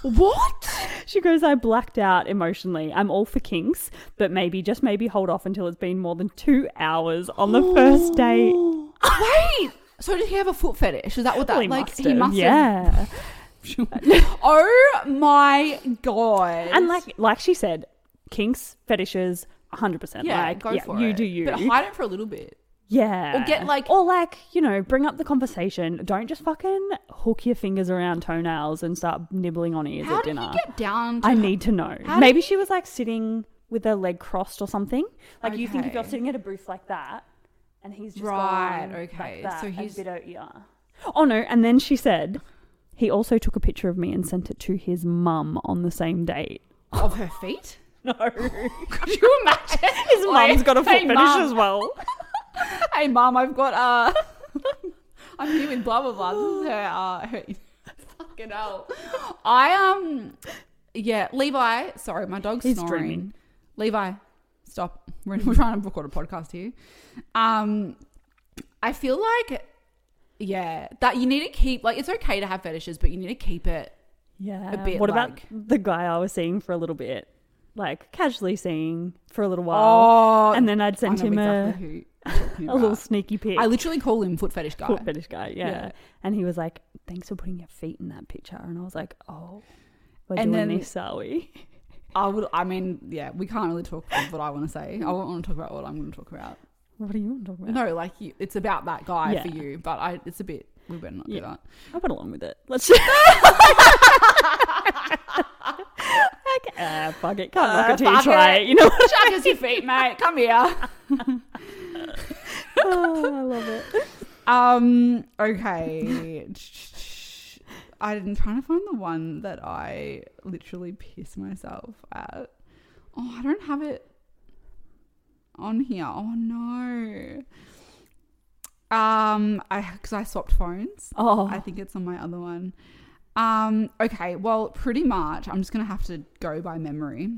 Speaker 1: What?
Speaker 2: She goes, I blacked out emotionally. I'm all for kinks, but maybe, just maybe hold off until it's been more than two hours on the first date.
Speaker 1: Wait. So did he have a foot fetish? Is that what that
Speaker 2: Well, he
Speaker 1: like?
Speaker 2: must
Speaker 1: he
Speaker 2: have,
Speaker 1: must have.
Speaker 2: Yeah.
Speaker 1: Oh my god!
Speaker 2: and like like she said, kinks, fetishes, 100%.
Speaker 1: yeah,
Speaker 2: like,
Speaker 1: go
Speaker 2: yeah,
Speaker 1: for
Speaker 2: you
Speaker 1: it.
Speaker 2: do you.
Speaker 1: But hide it for a little bit.
Speaker 2: Yeah.
Speaker 1: Or get, like-
Speaker 2: Or like, you know, bring up the conversation. Don't just fucking hook your fingers around toenails and start nibbling on ears
Speaker 1: How
Speaker 2: at
Speaker 1: did
Speaker 2: dinner.
Speaker 1: he get down? To
Speaker 2: I need to know.
Speaker 1: How
Speaker 2: Maybe she was like sitting with her leg crossed or something. Like you think if
Speaker 1: Okay.
Speaker 2: you're sitting at a booth like that and he's just
Speaker 1: Right,
Speaker 2: going
Speaker 1: okay.
Speaker 2: Like that
Speaker 1: So
Speaker 2: and
Speaker 1: he's-
Speaker 2: bit her ear. Oh no, and then she said he also took a picture of me and sent it to his mum on the same date.
Speaker 1: of her feet?
Speaker 2: No.
Speaker 1: Could you imagine?
Speaker 2: His mum's got a foot
Speaker 1: hey,
Speaker 2: fetish
Speaker 1: mum.
Speaker 2: as well.
Speaker 1: Hey, mum, I've got uh, I'm here with blah blah blah. This is her uh, her fucking hell. I um, yeah, Levi. Sorry, my dog's
Speaker 2: He's
Speaker 1: snoring.
Speaker 2: dreaming.
Speaker 1: Levi, stop. We're, we're trying to record a podcast here. Um, I feel like, yeah, that you need to keep like it's okay to have fetishes, but you need to keep it.
Speaker 2: Yeah.
Speaker 1: bit
Speaker 2: what
Speaker 1: like-
Speaker 2: about the guy I was seeing for a little bit? Like casually seeing for a little while.
Speaker 1: Oh,
Speaker 2: and then I'd send him a,
Speaker 1: a,
Speaker 2: a little sneaky pic.
Speaker 1: I literally call him foot fetish guy.
Speaker 2: Foot fetish guy, yeah.
Speaker 1: Yeah.
Speaker 2: And he was like, "Thanks for putting your feet in that picture." And I was like, "Oh, we're
Speaker 1: And
Speaker 2: doing
Speaker 1: then-
Speaker 2: this, are we?"
Speaker 1: I would. I mean, yeah, we can't really talk about what I want to say. I won't want to talk about what I'm going to talk about.
Speaker 2: What are you talking about?
Speaker 1: No, like you, it's about that guy
Speaker 2: Yeah.
Speaker 1: for you, but I, it's a bit. We better not
Speaker 2: Yeah.
Speaker 1: do that.
Speaker 2: I went along with it. Let's. like, ah, fuck it. Can't knock
Speaker 1: Uh,
Speaker 2: it till you
Speaker 1: fuck
Speaker 2: try
Speaker 1: it.
Speaker 2: it. You know.
Speaker 1: Chuck us your feet, mate. Come here.
Speaker 2: oh, I love it.
Speaker 1: Um. Okay. I'm trying to find the one that I literally piss myself at. Oh, I don't have it on here. Oh no. Um. I because I swapped phones.
Speaker 2: Oh,
Speaker 1: I think it's on my other one. Um, okay, well, pretty much. I'm just gonna have to go by memory.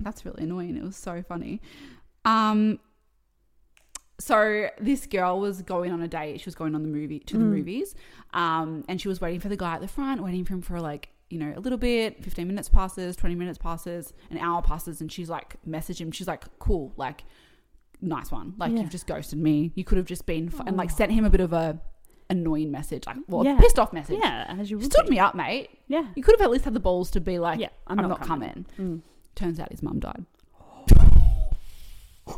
Speaker 1: That's really annoying. It was so funny. Um, so this girl was going on a date. She was going on the movie to the
Speaker 2: Mm.
Speaker 1: movies, um, and she was waiting for the guy at the front, waiting for him for like you know a little bit. Fifteen minutes passes, twenty minutes passes, an hour passes, and she's like message him. She's like, cool, like nice one. Like
Speaker 2: Yeah.
Speaker 1: you've just ghosted me. You could have just been f- and like
Speaker 2: Oh.
Speaker 1: sent him a bit of a annoying message, like well,
Speaker 2: Yeah.
Speaker 1: pissed off message.
Speaker 2: yeah. As you
Speaker 1: You
Speaker 2: would
Speaker 1: stood
Speaker 2: be.
Speaker 1: me up, mate.
Speaker 2: Yeah. Mm.
Speaker 1: You could have at least had the balls to be like,
Speaker 2: yeah.
Speaker 1: I'm, not, coming.
Speaker 2: coming.
Speaker 1: Turns out his mum died.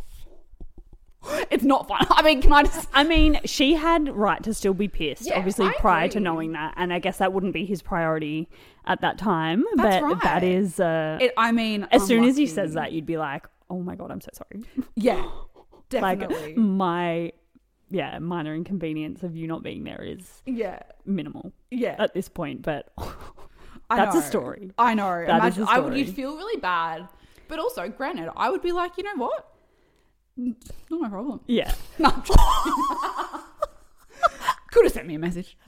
Speaker 1: it's not fun. I mean, can I just?
Speaker 2: I mean, she had right to still be pissed,
Speaker 1: Yeah,
Speaker 2: obviously
Speaker 1: I
Speaker 2: prior to
Speaker 1: agree.
Speaker 2: knowing that, and I guess that wouldn't be his priority at that time.
Speaker 1: That's
Speaker 2: but
Speaker 1: right.
Speaker 2: that is, uh,
Speaker 1: It, I mean,
Speaker 2: as soon as he
Speaker 1: unlucky.
Speaker 2: says that, you'd be like, "Oh my god, I'm so sorry."
Speaker 1: yeah, definitely,
Speaker 2: like mm. my, yeah, minor inconvenience of you not being there is
Speaker 1: yeah,
Speaker 2: minimal
Speaker 1: yeah.
Speaker 2: at this point, but
Speaker 1: I
Speaker 2: that's a
Speaker 1: know.
Speaker 2: story.
Speaker 1: I know.
Speaker 2: is
Speaker 1: Imagine,
Speaker 2: a
Speaker 1: I would.
Speaker 2: story.
Speaker 1: You'd feel really bad, but also, granted, I would be like, you know what? Not my problem.
Speaker 2: yeah,
Speaker 1: No, I'm joking. Could have sent me a message.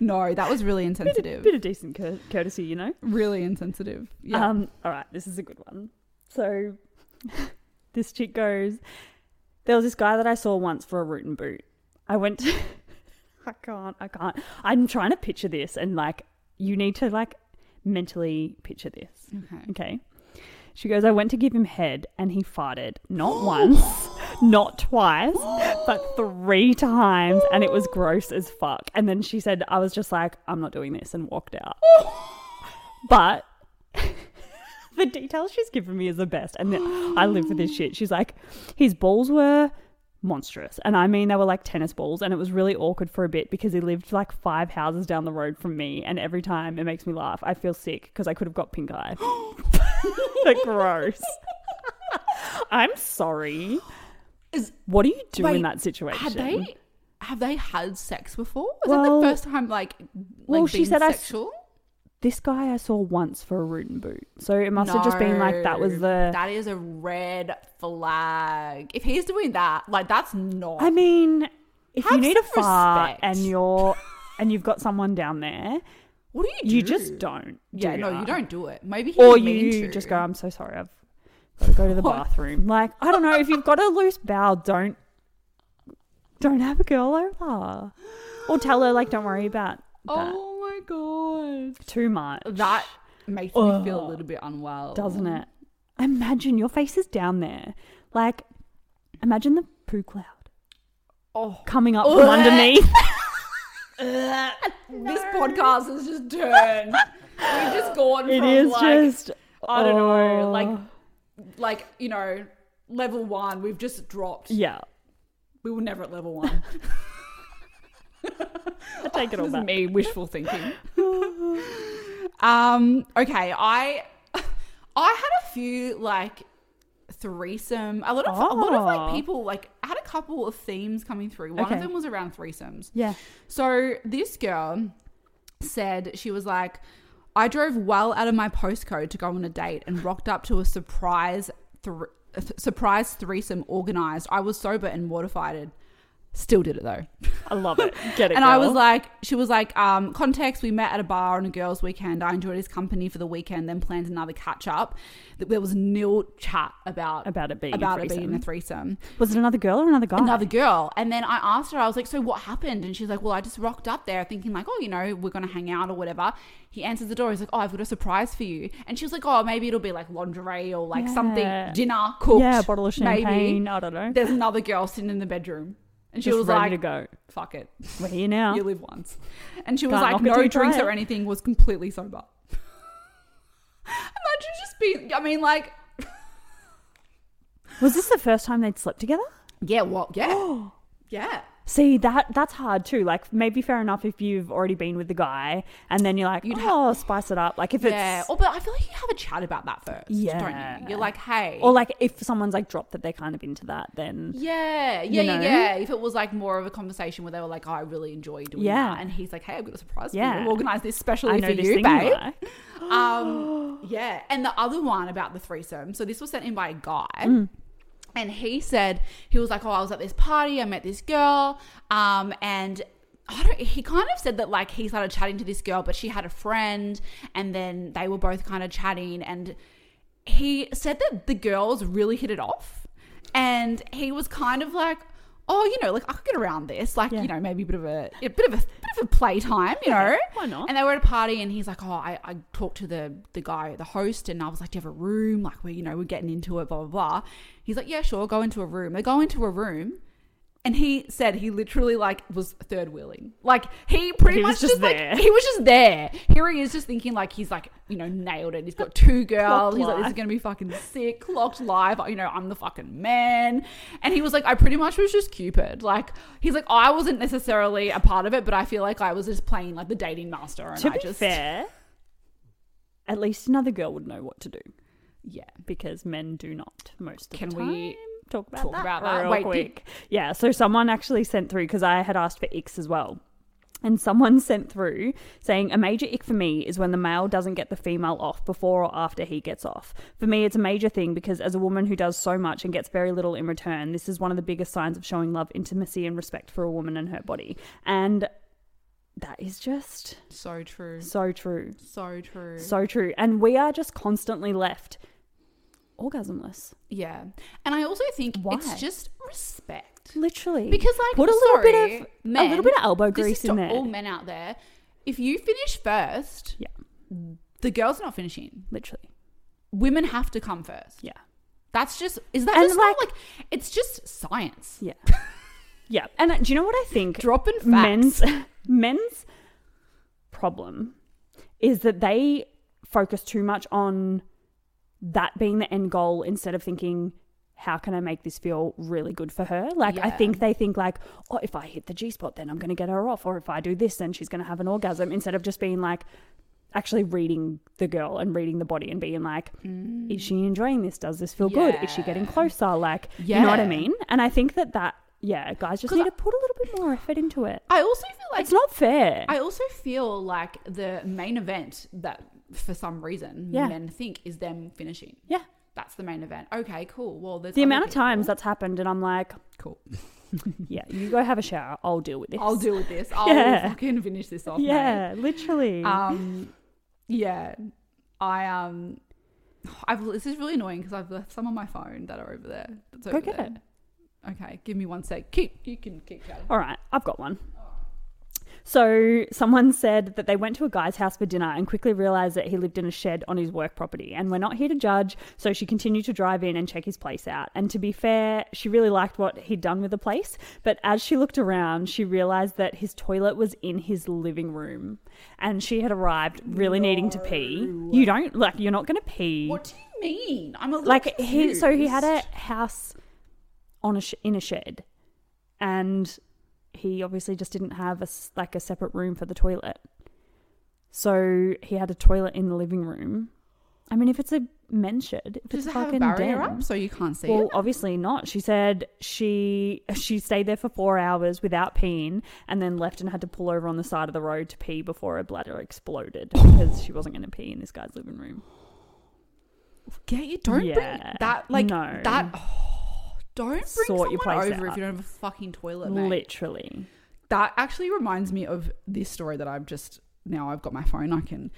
Speaker 1: no, that was really insensitive.
Speaker 2: bit of decent cour- courtesy, you know.
Speaker 1: Really insensitive. Yeah.
Speaker 2: Um, all right, this is a good one. So this chick goes, There was this guy that I saw once for a root and boot. I went to I can't, I can't. I'm trying to picture this and like you need to like mentally picture this.
Speaker 1: okay.
Speaker 2: Okay. She goes, I went to give him head and he farted. Not once, not twice, but three times. And it was gross as fuck. And then she said, I was just like, I'm not doing this and walked out. But the details she's given me is the best. And then I live for this shit. She's like, his balls were monstrous. And I mean, they were like tennis balls. And it was really awkward for a bit because he lived like five houses down the road from me. And every time it makes me laugh, I feel sick because I could have got pink eye. But gross. I'm sorry.
Speaker 1: Is-
Speaker 2: what do you do
Speaker 1: wait,
Speaker 2: in that situation?
Speaker 1: Had they have they had sex before? Was that
Speaker 2: Well-
Speaker 1: the first time like like
Speaker 2: Well, she
Speaker 1: being
Speaker 2: said I s-
Speaker 1: sexual?
Speaker 2: This guy I saw once for a root and boot. So it must have just been like that was
Speaker 1: No,
Speaker 2: the
Speaker 1: That is a red flag. If he's doing that, like that's not
Speaker 2: I mean, if
Speaker 1: Have
Speaker 2: you need a
Speaker 1: some
Speaker 2: fart
Speaker 1: respect.
Speaker 2: and you're and you've got someone down there,
Speaker 1: what do you do?
Speaker 2: you just don't. do
Speaker 1: Yeah, no,
Speaker 2: that.
Speaker 1: you don't do it. Maybe he
Speaker 2: Or
Speaker 1: didn't mean
Speaker 2: you
Speaker 1: to.
Speaker 2: just go, "I'm so sorry, I've got to go to the bathroom." Like I don't know if you've got a loose bowel, don't don't have a girl over, or tell her like, "Don't worry about that."
Speaker 1: Oh my god.
Speaker 2: Too much.
Speaker 1: That makes me feel a
Speaker 2: Ugh.
Speaker 1: little bit unwell.
Speaker 2: doesn't it? Imagine your face is down there. Like, imagine the poo cloud
Speaker 1: Oh.
Speaker 2: coming up from
Speaker 1: Ugh.
Speaker 2: underneath.
Speaker 1: This podcast has just turned. We've just gone
Speaker 2: It
Speaker 1: from
Speaker 2: is
Speaker 1: like
Speaker 2: just.
Speaker 1: I don't know,
Speaker 2: oh.
Speaker 1: like like, you know, level one, we've just dropped.
Speaker 2: Yeah.
Speaker 1: We were never at level one.
Speaker 2: I take it all
Speaker 1: This is
Speaker 2: back.
Speaker 1: me wishful thinking. um, okay, I I had a few like threesome. A lot of a lot of like
Speaker 2: Oh.
Speaker 1: people like I had a couple of themes coming through. One
Speaker 2: Okay.
Speaker 1: of them was around threesomes.
Speaker 2: Yeah.
Speaker 1: So this girl said she was like, I drove well out of my postcode to go on a date and rocked up to a surprise thr- th- surprise threesome organized. I was sober and mortified. Still did it though.
Speaker 2: I love it. Get it.
Speaker 1: And I was
Speaker 2: girl.
Speaker 1: like, she was like, um, context, we met at a bar on a girls' weekend. I enjoyed his company for the weekend, then planned another catch up. Th- There was nil chat about
Speaker 2: About it being a
Speaker 1: about it being a
Speaker 2: threesome.
Speaker 1: threesome.
Speaker 2: was it another girl or another guy?
Speaker 1: Another girl. And then I asked her, I was like, so what happened? And she's like, well, I just rocked up there thinking, like, oh, you know, we're going to hang out or whatever. He answers the door. He's like, oh, I've got a surprise for you. And she was like, oh, maybe it'll be like lingerie or like
Speaker 2: Yeah.
Speaker 1: something, dinner, cooked.
Speaker 2: yeah, a bottle of
Speaker 1: maybe.
Speaker 2: champagne. I don't know.
Speaker 1: There's another girl sitting in the bedroom. And she
Speaker 2: Just
Speaker 1: was
Speaker 2: ready
Speaker 1: like,
Speaker 2: to go.
Speaker 1: fuck it.
Speaker 2: We're here now.
Speaker 1: You live once. And she was like,
Speaker 2: Can't knock it till
Speaker 1: no
Speaker 2: you
Speaker 1: drinks
Speaker 2: try
Speaker 1: or
Speaker 2: it.
Speaker 1: anything, was completely sober. Imagine just being, I mean, like,
Speaker 2: Was this the first time they'd slept together?
Speaker 1: yeah, what? Yeah. yeah.
Speaker 2: See that that's hard too. Like maybe fair enough if you've already been with the guy and then you're like,
Speaker 1: You'd
Speaker 2: oh, spice it up. Like if
Speaker 1: Yeah.
Speaker 2: it's
Speaker 1: Or, but I feel like you have a chat about that first.
Speaker 2: Yeah.
Speaker 1: Don't you? You're like, hey.
Speaker 2: or like if someone's like dropped that they're kind of into that, then
Speaker 1: yeah, yeah,
Speaker 2: you
Speaker 1: yeah,
Speaker 2: know?
Speaker 1: yeah. If it was like more of a conversation where they were like, oh, "I really enjoy doing
Speaker 2: Yeah.
Speaker 1: that," and he's like, "Hey, I've got a surprise for
Speaker 2: Yeah.
Speaker 1: you. We'll organize this
Speaker 2: I
Speaker 1: specially
Speaker 2: know
Speaker 1: for
Speaker 2: this
Speaker 1: you,
Speaker 2: thing.
Speaker 1: babe."
Speaker 2: you like.
Speaker 1: Um, yeah. And the other one about the threesome. So this was sent in by a guy. And he said he was like, "Oh, I was at this party. I met this girl, um, and I don't." He kind of said that like he started chatting to this girl, but she had a friend, and then they were both kind of chatting. And he said that the girls really hit it off, and he was kind of like, "Oh, you know, like I could get around this. Like,
Speaker 2: Yeah.
Speaker 1: you know, maybe a bit of a, a bit of a, bit of a playtime, you know."
Speaker 2: why not?
Speaker 1: And they were at a party, and he's like, "Oh, I, I talked to the the guy, the host, and I was like, do you have a room? Like, we, you know, we're getting into it, blah blah blah." He's like, "Yeah, sure, go into a room." They go into a room, and he said he literally like was third wheeling, like he pretty
Speaker 2: He was
Speaker 1: much
Speaker 2: just
Speaker 1: just, like
Speaker 2: there.
Speaker 1: he was just there. Here he is, just thinking like he's like you know nailed it. He's got two girls.
Speaker 2: Clocked
Speaker 1: He's like, "This is
Speaker 2: life.
Speaker 1: gonna be fucking sick." Clocked live. You know, I'm the fucking man. And he was like, "I pretty much was just Cupid." Like he's like, "I wasn't necessarily a part of it, but I feel like I was just playing like the dating master." And
Speaker 2: To
Speaker 1: I
Speaker 2: be
Speaker 1: just,
Speaker 2: fair, at least another girl would know what to do
Speaker 1: yeah.
Speaker 2: because men do not most of
Speaker 1: Can
Speaker 2: the time.
Speaker 1: we
Speaker 2: talk about
Speaker 1: talk
Speaker 2: that,
Speaker 1: about that?
Speaker 2: real
Speaker 1: Wait, did-
Speaker 2: quick. Yeah, so someone actually sent through because I had asked for icks as well. And someone sent through saying, A major ick for me is when the male doesn't get the female off before or after he gets off. For me, it's a major thing because as a woman who does so much and gets very little in return, this is one of the biggest signs of showing love, intimacy, and respect for a woman and her body. And that is just
Speaker 1: So true.
Speaker 2: so true.
Speaker 1: So true.
Speaker 2: So true. And we are just constantly left orgasmless.
Speaker 1: yeah. And I also think
Speaker 2: Why?
Speaker 1: it's just respect.
Speaker 2: Literally.
Speaker 1: Because like
Speaker 2: Put a
Speaker 1: I'm
Speaker 2: little bit
Speaker 1: sorry,
Speaker 2: of- a
Speaker 1: men,
Speaker 2: little bit of elbow
Speaker 1: this is
Speaker 2: grease in
Speaker 1: to
Speaker 2: there.
Speaker 1: All men out there, if you finish first,
Speaker 2: Yeah.
Speaker 1: the girl's not finishing.
Speaker 2: Literally.
Speaker 1: Women have to come first.
Speaker 2: Yeah.
Speaker 1: That's just is that
Speaker 2: And,
Speaker 1: just not
Speaker 2: like-
Speaker 1: like it's just science.
Speaker 2: Yeah. yeah. And uh, do you know what I think?
Speaker 1: Dropping facts.
Speaker 2: men's men's problem is that they focus too much on that being the end goal instead of thinking how can I make this feel really good for her? Like I
Speaker 1: Yeah.
Speaker 2: think they think like, oh, if I hit the G spot, then I'm going to get her off, or if I do this, then she's going to have an orgasm. Instead of just being like, actually reading the girl and reading the body and being like,
Speaker 1: Mm.
Speaker 2: is she enjoying this? Does this feel good? Is she getting closer? Like, you know what I
Speaker 1: Yeah.
Speaker 2: mean? And I think that that, yeah, guys just
Speaker 1: 'Cause
Speaker 2: need
Speaker 1: I-
Speaker 2: to put a little bit more effort into it.
Speaker 1: I also feel like
Speaker 2: It's not fair.
Speaker 1: I also feel like the main event that for some reason
Speaker 2: Yeah.
Speaker 1: men think is them finishing.
Speaker 2: yeah.
Speaker 1: That's the main event. Okay, cool. Well, there's
Speaker 2: The
Speaker 1: other
Speaker 2: amount of
Speaker 1: people.
Speaker 2: times that's happened, and I'm like,
Speaker 1: Cool.
Speaker 2: yeah, you go have a shower. I'll deal with this.
Speaker 1: I'll deal with this. I'll
Speaker 2: Yeah.
Speaker 1: fucking finish this off. mate.
Speaker 2: Yeah, literally.
Speaker 1: Um, yeah. I um, I've this is really annoying because I've left some on my phone that are over there. That's over
Speaker 2: get
Speaker 1: there. Okay, give me one sec. Keep you can keep chatting.
Speaker 2: All right, I've got one. So someone said that they went to a guy's house for dinner and quickly realized that he lived in a shed on his work property. And we're not here to judge, so she continued to drive in and check his place out. And to be fair, she really liked what he'd done with the place, but as she looked around, she realized that his toilet was in his living room. And she had arrived really needing to pee. You don't like you're not going to pee.
Speaker 1: What do you mean? I'm a little
Speaker 2: Like he so he had
Speaker 1: confused.
Speaker 2: a house on a sh- in a shed. And he obviously just didn't have a s- like a separate room for the toilet. So he had a toilet in the living room. I mean, if it's a men's shed, if
Speaker 1: Does
Speaker 2: it's
Speaker 1: it have
Speaker 2: fucking
Speaker 1: a barrier
Speaker 2: den-
Speaker 1: up so you can't see
Speaker 2: well,
Speaker 1: it?
Speaker 2: obviously not. She said she she stayed there for four hours without peeing, and then left and had to pull over on the side of the road to pee before her bladder exploded because she wasn't going to pee in this guy's living room.
Speaker 1: Yeah, you don't
Speaker 2: Yeah.
Speaker 1: bring that like
Speaker 2: No.
Speaker 1: that. oh, don't bring
Speaker 2: Sort
Speaker 1: someone
Speaker 2: your place
Speaker 1: over if
Speaker 2: out.
Speaker 1: you don't have a fucking toilet, mate.
Speaker 2: Literally,
Speaker 1: That actually reminds me of this story that I've just now I've got my phone. I can.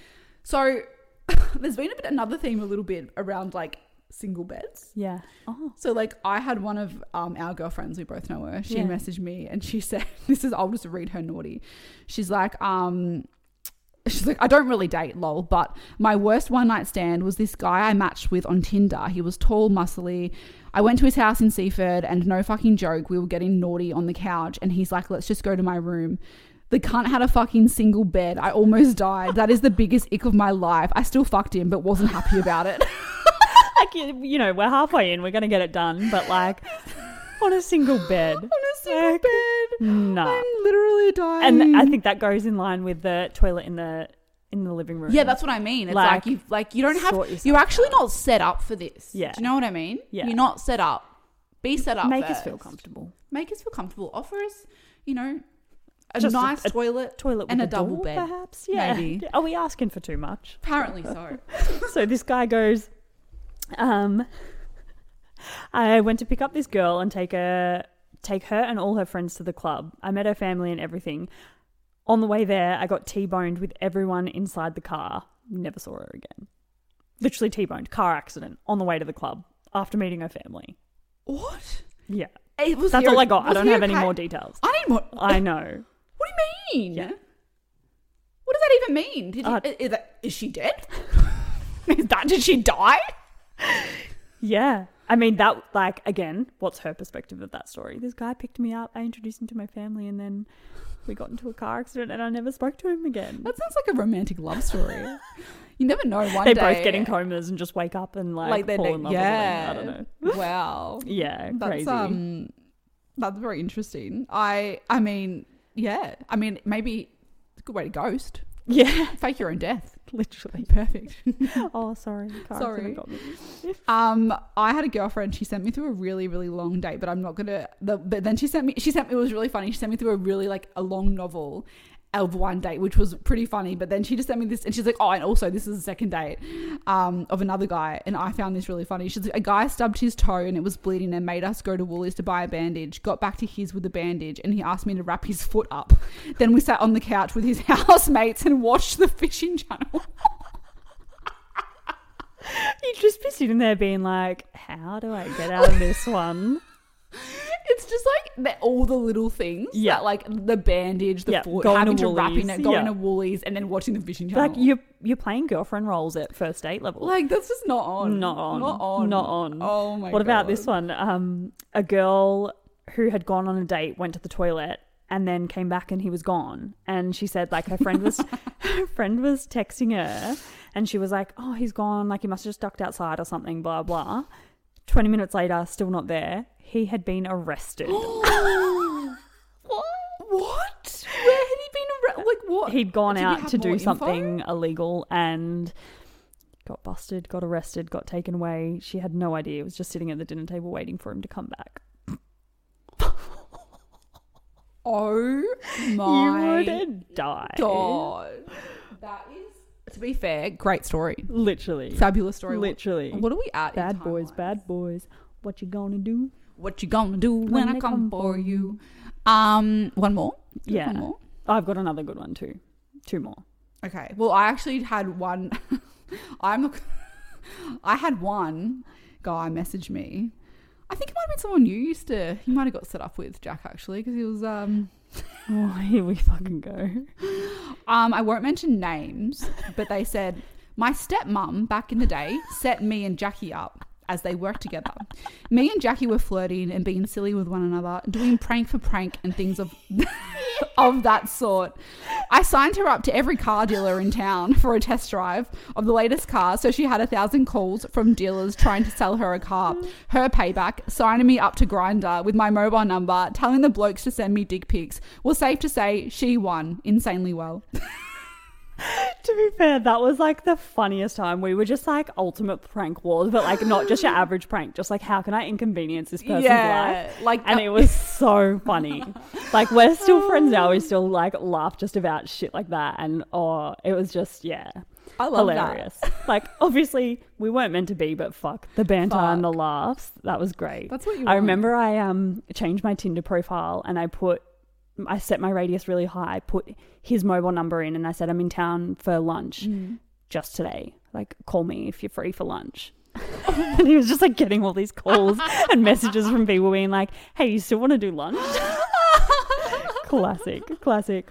Speaker 1: So there's been a bit, another theme a little bit around like single beds.
Speaker 2: yeah. Oh,
Speaker 1: So like I had one of um, our girlfriends, we both know her. She
Speaker 2: Yeah.
Speaker 1: messaged me and she said, "This is I'll just read her naughty." She's like, um, she's like, I don't really date, lol. But my worst one night stand was this guy I matched with on Tinder. He was tall, muscly. I went to his house in Seaford, and no fucking joke, we were getting naughty on the couch, and he's like, "Let's just go to my room." The cunt had a fucking single bed. I almost died. That is the biggest ick of my life. I still fucked him, but wasn't happy about it.
Speaker 2: like you you know, we're halfway in. We're going to get it done, but like on a single bed.
Speaker 1: on a single
Speaker 2: Like,
Speaker 1: bed.
Speaker 2: nah.
Speaker 1: I'm literally dying.
Speaker 2: And I think that goes in line with the toilet in the in the living room.
Speaker 1: yeah, that's what I mean. It's
Speaker 2: Like,
Speaker 1: like, you like you don't
Speaker 2: sort
Speaker 1: have
Speaker 2: yourself
Speaker 1: you're actually not set up for this.
Speaker 2: Yeah.
Speaker 1: do you know what I mean?
Speaker 2: Yeah.
Speaker 1: you're not set up. Be set up.
Speaker 2: make us
Speaker 1: first.
Speaker 2: feel comfortable.
Speaker 1: Make us feel comfortable. Offer us, you know, a
Speaker 2: Just a-
Speaker 1: nice
Speaker 2: a
Speaker 1: toilet.
Speaker 2: toilet
Speaker 1: And
Speaker 2: with
Speaker 1: a double
Speaker 2: door,
Speaker 1: bed,
Speaker 2: perhaps. Yeah.
Speaker 1: maybe.
Speaker 2: Are we asking for too much?
Speaker 1: Apparently so.
Speaker 2: so this guy goes, um, I went to pick up this girl and take a take her and all her friends to the club. I met her family and everything. On the way there, I got T-boned with everyone inside the car. Never saw her again. Literally T-boned, car accident on the way to the club after meeting her family.
Speaker 1: what?
Speaker 2: Yeah.
Speaker 1: It was
Speaker 2: That's
Speaker 1: he-
Speaker 2: all I got. I
Speaker 1: was
Speaker 2: don't
Speaker 1: he
Speaker 2: have any
Speaker 1: okay?
Speaker 2: more details.
Speaker 1: I need more.
Speaker 2: I know.
Speaker 1: What do you mean?
Speaker 2: Yeah.
Speaker 1: What does that even mean? Did
Speaker 2: Uh,
Speaker 1: he, is, that, is she dead? is that did she die?
Speaker 2: Yeah. I mean, that, like, again, what's her perspective of that story? This guy picked me up, I introduced him to my family, and then we got into a car accident and I never spoke to him again.
Speaker 1: That sounds like a romantic love story. you never know. One
Speaker 2: They
Speaker 1: day
Speaker 2: both get in comas and just wake up and, like,
Speaker 1: like they're
Speaker 2: fall in
Speaker 1: ne-
Speaker 2: love
Speaker 1: yeah.
Speaker 2: with them. I don't know.
Speaker 1: Wow.
Speaker 2: Yeah,
Speaker 1: That's
Speaker 2: crazy.
Speaker 1: um that's very interesting. I I mean, yeah. I mean, maybe it's a good way to ghost.
Speaker 2: yeah,
Speaker 1: Fake your own death.
Speaker 2: literally.
Speaker 1: Perfect.
Speaker 2: Oh, sorry. Car
Speaker 1: Sorry.
Speaker 2: Accident got me.
Speaker 1: Um, I had a girlfriend. She sent me through a really, really long date, but I'm not gonna. The, but then she sent me. She sent me. It was really funny. She sent me through a really like a long novel of one date, which was pretty funny. But then she just sent me this, and she's like, "Oh, and also this is a second date, um, of another guy." And I found this really funny. She's like, "A guy stubbed his toe and it was bleeding, and made us go to Woolies to buy a bandage. Got back to his with a bandage, and he asked me to wrap his foot up. Then we sat on the couch with his housemates and watched the fishing channel."
Speaker 2: You'd just be sitting there being like, how do I get out of this one?
Speaker 1: It's just like the, all the little things.
Speaker 2: Yeah.
Speaker 1: Yeah. That, like the bandage, the
Speaker 2: Yeah,
Speaker 1: foot,
Speaker 2: going
Speaker 1: having
Speaker 2: to
Speaker 1: to, wrap in
Speaker 2: Woolies,
Speaker 1: it, going
Speaker 2: yeah.
Speaker 1: to Woolies, and then watching the fishing channel.
Speaker 2: like, you're, you're playing girlfriend roles at first date level.
Speaker 1: Like, that's just not on.
Speaker 2: Not on.
Speaker 1: Not on.
Speaker 2: Not on.
Speaker 1: Oh my
Speaker 2: what about this
Speaker 1: God.
Speaker 2: one? Um, a girl who had gone on a date went to the toilet and then came back and he was gone. And she said like her friend was her friend was texting her and she was like, "Oh, he's gone. Like he must have just ducked outside or something." Blah blah. Twenty minutes later, still not there. He had been arrested.
Speaker 1: what? What? Where had he been around? Like, what?
Speaker 2: He'd gone
Speaker 1: Did we
Speaker 2: out
Speaker 1: have
Speaker 2: to do
Speaker 1: more info?
Speaker 2: something illegal and got busted, got arrested, got taken away. She had no idea. It was just sitting at the dinner table waiting for him to come back.
Speaker 1: Oh my
Speaker 2: you would die.
Speaker 1: God. That is, to be fair, great story.
Speaker 2: Literally.
Speaker 1: Fabulous story. What-
Speaker 2: Literally.
Speaker 1: What are we at? in
Speaker 2: bad boys,
Speaker 1: timeline?
Speaker 2: bad boys. What you gonna do?
Speaker 1: What you gonna do when,
Speaker 2: When
Speaker 1: I
Speaker 2: they
Speaker 1: come,
Speaker 2: come for
Speaker 1: for you? Um, one more. Do you have
Speaker 2: Yeah.
Speaker 1: One more.
Speaker 2: I've got another good one too. Two more.
Speaker 1: Okay. Well, I actually had one. I'm. not- I had one guy message me. I think it might have been someone you used to. You might have got set up with Jack actually, because he was. Um,
Speaker 2: Oh, here we fucking go.
Speaker 1: Um, I won't mention names, but they said, My stepmom back in the day set me and Jackie up as they worked together. Me and Jackie were flirting and being silly with one another, doing prank for prank and things of of that sort. I signed her up to every car dealer in town for a test drive of the latest car, so she had a thousand calls from dealers trying to sell her a car. Her payback, signing me up to Grinder with my mobile number, telling the blokes to send me dick pics. Well, safe to say, she won insanely well.
Speaker 2: to be fair, that was like the funniest time. We were just like ultimate prank wars, but like not just your average prank, just like how can I inconvenience this person's life?
Speaker 1: like
Speaker 2: And it was so funny. like we're still friends now. We still like laugh just about shit like that. And oh, it was just yeah,
Speaker 1: I love that.
Speaker 2: hilarious. like obviously we weren't meant to be, but fuck the banter and the laughs. That was great.
Speaker 1: That's what you
Speaker 2: I
Speaker 1: want.
Speaker 2: remember. I um changed my Tinder profile and I put. I set my radius really high, put his mobile number in, and I said, I'm in town for
Speaker 1: Oh, Mm.
Speaker 2: lunch just today. Like, call me if you're free for lunch. and he was just like getting all these calls and messages from people being like, "Hey, you still want to do lunch?" classic, classic.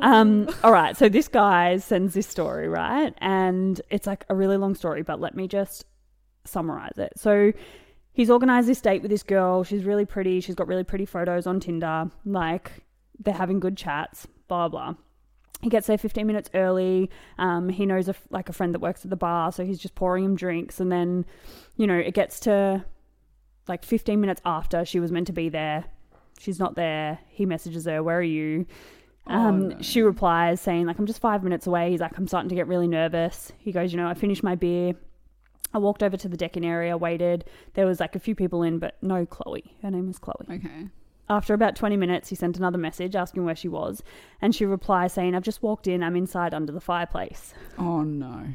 Speaker 2: Um, all right, so this guy sends this story, right? And it's like a really long story, but let me just summarize it. So he's organized this date with this girl. She's really pretty. She's got really pretty photos on Tinder. Like they're having good chats, blah blah. He gets there 15 minutes early. Um, he knows a, f- like a friend that works at the bar, so he's just pouring him drinks. And then, you know, it gets to like 15 minutes after she was meant to be there. She's not there. He messages her, "Where are you?"
Speaker 1: Oh,
Speaker 2: Um, She replies saying, "Like I'm just five minutes away." He's like, "I'm starting to get really nervous." He goes, "You know, I finished my beer. I walked over to the decking area, waited. There was like a few people in, but no Chloe. Her name is Chloe."
Speaker 1: okay.
Speaker 2: After about 20 minutes, he sent another message asking where she was, and she replies saying, I've just walked in, I'm inside under the fireplace.
Speaker 1: Oh no.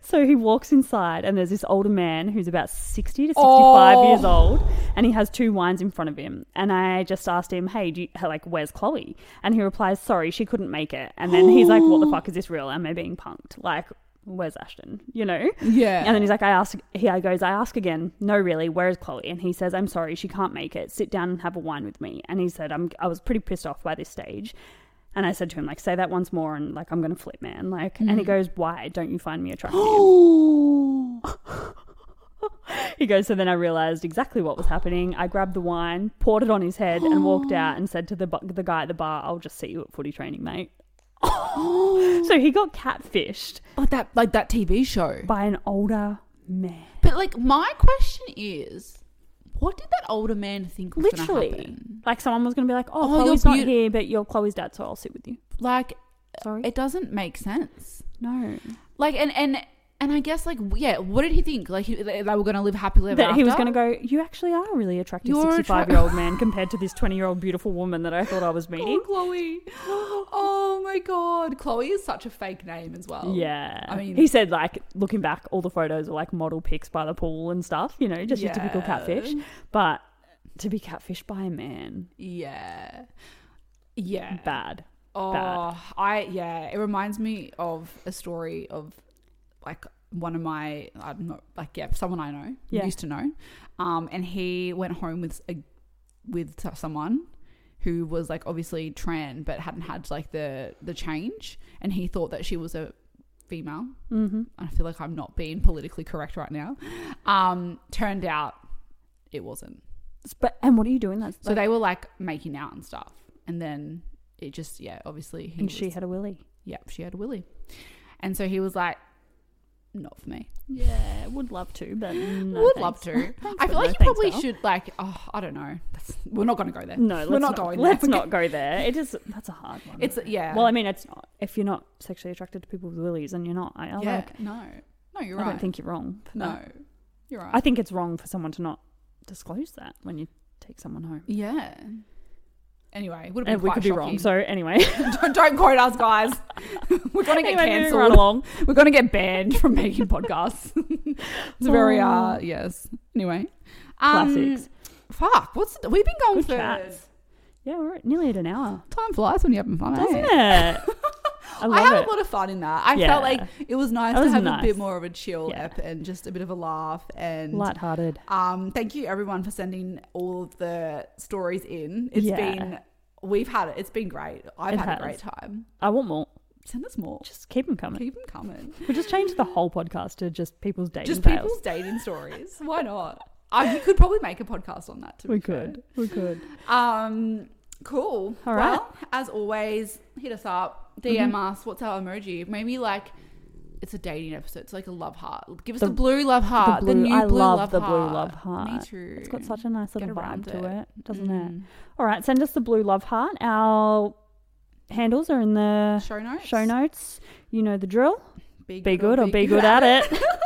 Speaker 2: So he walks inside, and there's this older man who's about 60 to 65
Speaker 1: Oh.
Speaker 2: years old, and he has two wines in front of him. And I just asked him, Hey, do you, like, where's Chloe? And he replies, Sorry, she couldn't make it. And then he's like, What the fuck is this real? Am I being punked? Like, where's Ashton? You know?
Speaker 1: Yeah.
Speaker 2: And then he's like, I ask, he goes, I ask again, no, really, where is Chloe? And he says, I'm sorry, she can't make it. Sit down and have a wine with me. And he said, I'm, I was pretty pissed off by this stage. And I said to him, like, say that once more and like, I'm going to flip, man. Like, and he
Speaker 1: Mm.
Speaker 2: goes, why don't you find me attractive? he goes, so then I realized exactly what was happening. I grabbed the wine, poured it on his head and walked out and said to the, bu- the guy at the bar, I'll just see you at footy training, mate. so he got catfished
Speaker 1: like that like that TV show.
Speaker 2: by an older man.
Speaker 1: But like my question is, what did that older man think was Literally. gonna
Speaker 2: Literally,
Speaker 1: happen?
Speaker 2: like someone was going to be like, "Oh,
Speaker 1: Oh,
Speaker 2: Chloe's
Speaker 1: you're
Speaker 2: not
Speaker 1: beaut-
Speaker 2: here, but you're Chloe's dad, so I'll sit with you."
Speaker 1: Like
Speaker 2: Sorry,
Speaker 1: it doesn't make sense.
Speaker 2: no,
Speaker 1: Like and and and I guess like yeah, what did he think? Like he, they they were gonna live happily ever
Speaker 2: that he was
Speaker 1: after?
Speaker 2: going to go. You actually are a really attractive
Speaker 1: You're attra-
Speaker 2: sixty-five-year-old man compared to this twenty-year-old beautiful woman that I thought I was
Speaker 1: Oh,
Speaker 2: meeting.
Speaker 1: Chloe. Oh my god, Chloe is such a fake name as well.
Speaker 2: Yeah,
Speaker 1: Oh, I mean-
Speaker 2: he said like looking back, all the photos were like model pics by the pool and stuff. You know, just your typical
Speaker 1: Yeah.
Speaker 2: catfish. But to be catfished by a man,
Speaker 1: Yeah. Yeah.
Speaker 2: bad.
Speaker 1: Oh,
Speaker 2: bad.
Speaker 1: I yeah. It reminds me of a story of like one of my I'm not like yeah someone I know
Speaker 2: Yeah.
Speaker 1: used to know, um, and he went home with a with so- someone who was like obviously tran but hadn't had like the the change, and he thought that she was a female.
Speaker 2: hmm
Speaker 1: I feel like I'm not being politically correct right now. Um, turned out it wasn't.
Speaker 2: But and what are you doing? That's
Speaker 1: So they were like making out and stuff, and then it just yeah obviously he
Speaker 2: and
Speaker 1: was-
Speaker 2: she had a willy.
Speaker 1: yep, she had a willy. And so he was like, not for me.
Speaker 2: Yeah, would love to, but no,
Speaker 1: Would
Speaker 2: thanks.
Speaker 1: love to.
Speaker 2: Thanks,
Speaker 1: I feel
Speaker 2: but
Speaker 1: like
Speaker 2: no
Speaker 1: you
Speaker 2: thanks,
Speaker 1: probably
Speaker 2: pal.
Speaker 1: should like, oh, I don't know. That's, we're not going to go there.
Speaker 2: No,
Speaker 1: we're
Speaker 2: let's
Speaker 1: not going there.
Speaker 2: Let's not go there. It is that's a hard one.
Speaker 1: It's yeah.
Speaker 2: well, I mean, it's not if you're not sexually attracted to people with willies, and you're not. I, I
Speaker 1: yeah.
Speaker 2: like.
Speaker 1: no, no, you're
Speaker 2: I
Speaker 1: right.
Speaker 2: don't think you're wrong. for
Speaker 1: no,
Speaker 2: that.
Speaker 1: you're right.
Speaker 2: I think it's wrong for someone to not disclose that when you take someone home.
Speaker 1: yeah. Anyway, would have
Speaker 2: And
Speaker 1: been
Speaker 2: we
Speaker 1: quite
Speaker 2: could be wrong.
Speaker 1: shocking.
Speaker 2: So anyway,
Speaker 1: don't, don't quote us, guys. we're going to get
Speaker 2: anyway, moving right
Speaker 1: cancelled.
Speaker 2: along.
Speaker 1: We're going to get banned from making podcasts. it's very uh
Speaker 2: Oh.
Speaker 1: yes. Anyway, um,
Speaker 2: Classics.
Speaker 1: Fuck. What's the, we've been going
Speaker 2: Good
Speaker 1: for?
Speaker 2: chats. Yeah, we're at nearly at an hour,
Speaker 1: Time flies when you're having fun,
Speaker 2: doesn't
Speaker 1: eh?
Speaker 2: it? I
Speaker 1: I
Speaker 2: love
Speaker 1: had
Speaker 2: it.
Speaker 1: a lot of fun in that. I
Speaker 2: Yeah.
Speaker 1: felt like it was nice
Speaker 2: That
Speaker 1: to
Speaker 2: was
Speaker 1: have
Speaker 2: nice.
Speaker 1: a bit more of a chill
Speaker 2: Yeah.
Speaker 1: ep and just a bit of a laugh. And
Speaker 2: Lighthearted.
Speaker 1: um, thank you everyone for sending all of the stories in. It's
Speaker 2: Yeah.
Speaker 1: been We've had it. It's been great. I've
Speaker 2: It
Speaker 1: had
Speaker 2: has.
Speaker 1: a great time.
Speaker 2: I want more.
Speaker 1: Send us more.
Speaker 2: Just keep them coming.
Speaker 1: Keep them coming.
Speaker 2: We'll just change the whole podcast to just people's dating
Speaker 1: Just
Speaker 2: fails.
Speaker 1: people's dating stories. Why not? I, we could probably make a podcast on that. To
Speaker 2: We
Speaker 1: be fair.
Speaker 2: could. We could.
Speaker 1: Um, cool.
Speaker 2: All right. Mm-hmm.
Speaker 1: Well, as always, hit us up. DM us. What's our emoji? Maybe like it's a dating episode. It's like a love heart. Give us the,
Speaker 2: The-
Speaker 1: blue love heart. The,
Speaker 2: blue-
Speaker 1: new
Speaker 2: I
Speaker 1: blue
Speaker 2: love
Speaker 1: love
Speaker 2: the blue
Speaker 1: heart.
Speaker 2: love heart.
Speaker 1: Me too.
Speaker 2: It's got such a nice
Speaker 1: Get
Speaker 2: little
Speaker 1: around
Speaker 2: vibe to
Speaker 1: it.
Speaker 2: it, doesn't it?
Speaker 1: Mm.
Speaker 2: All right, send us the blue love heart. Our handles are in the
Speaker 1: Mm. Show notes.
Speaker 2: show notes. You know the drill.
Speaker 1: Be good,
Speaker 2: Be good or be good at it.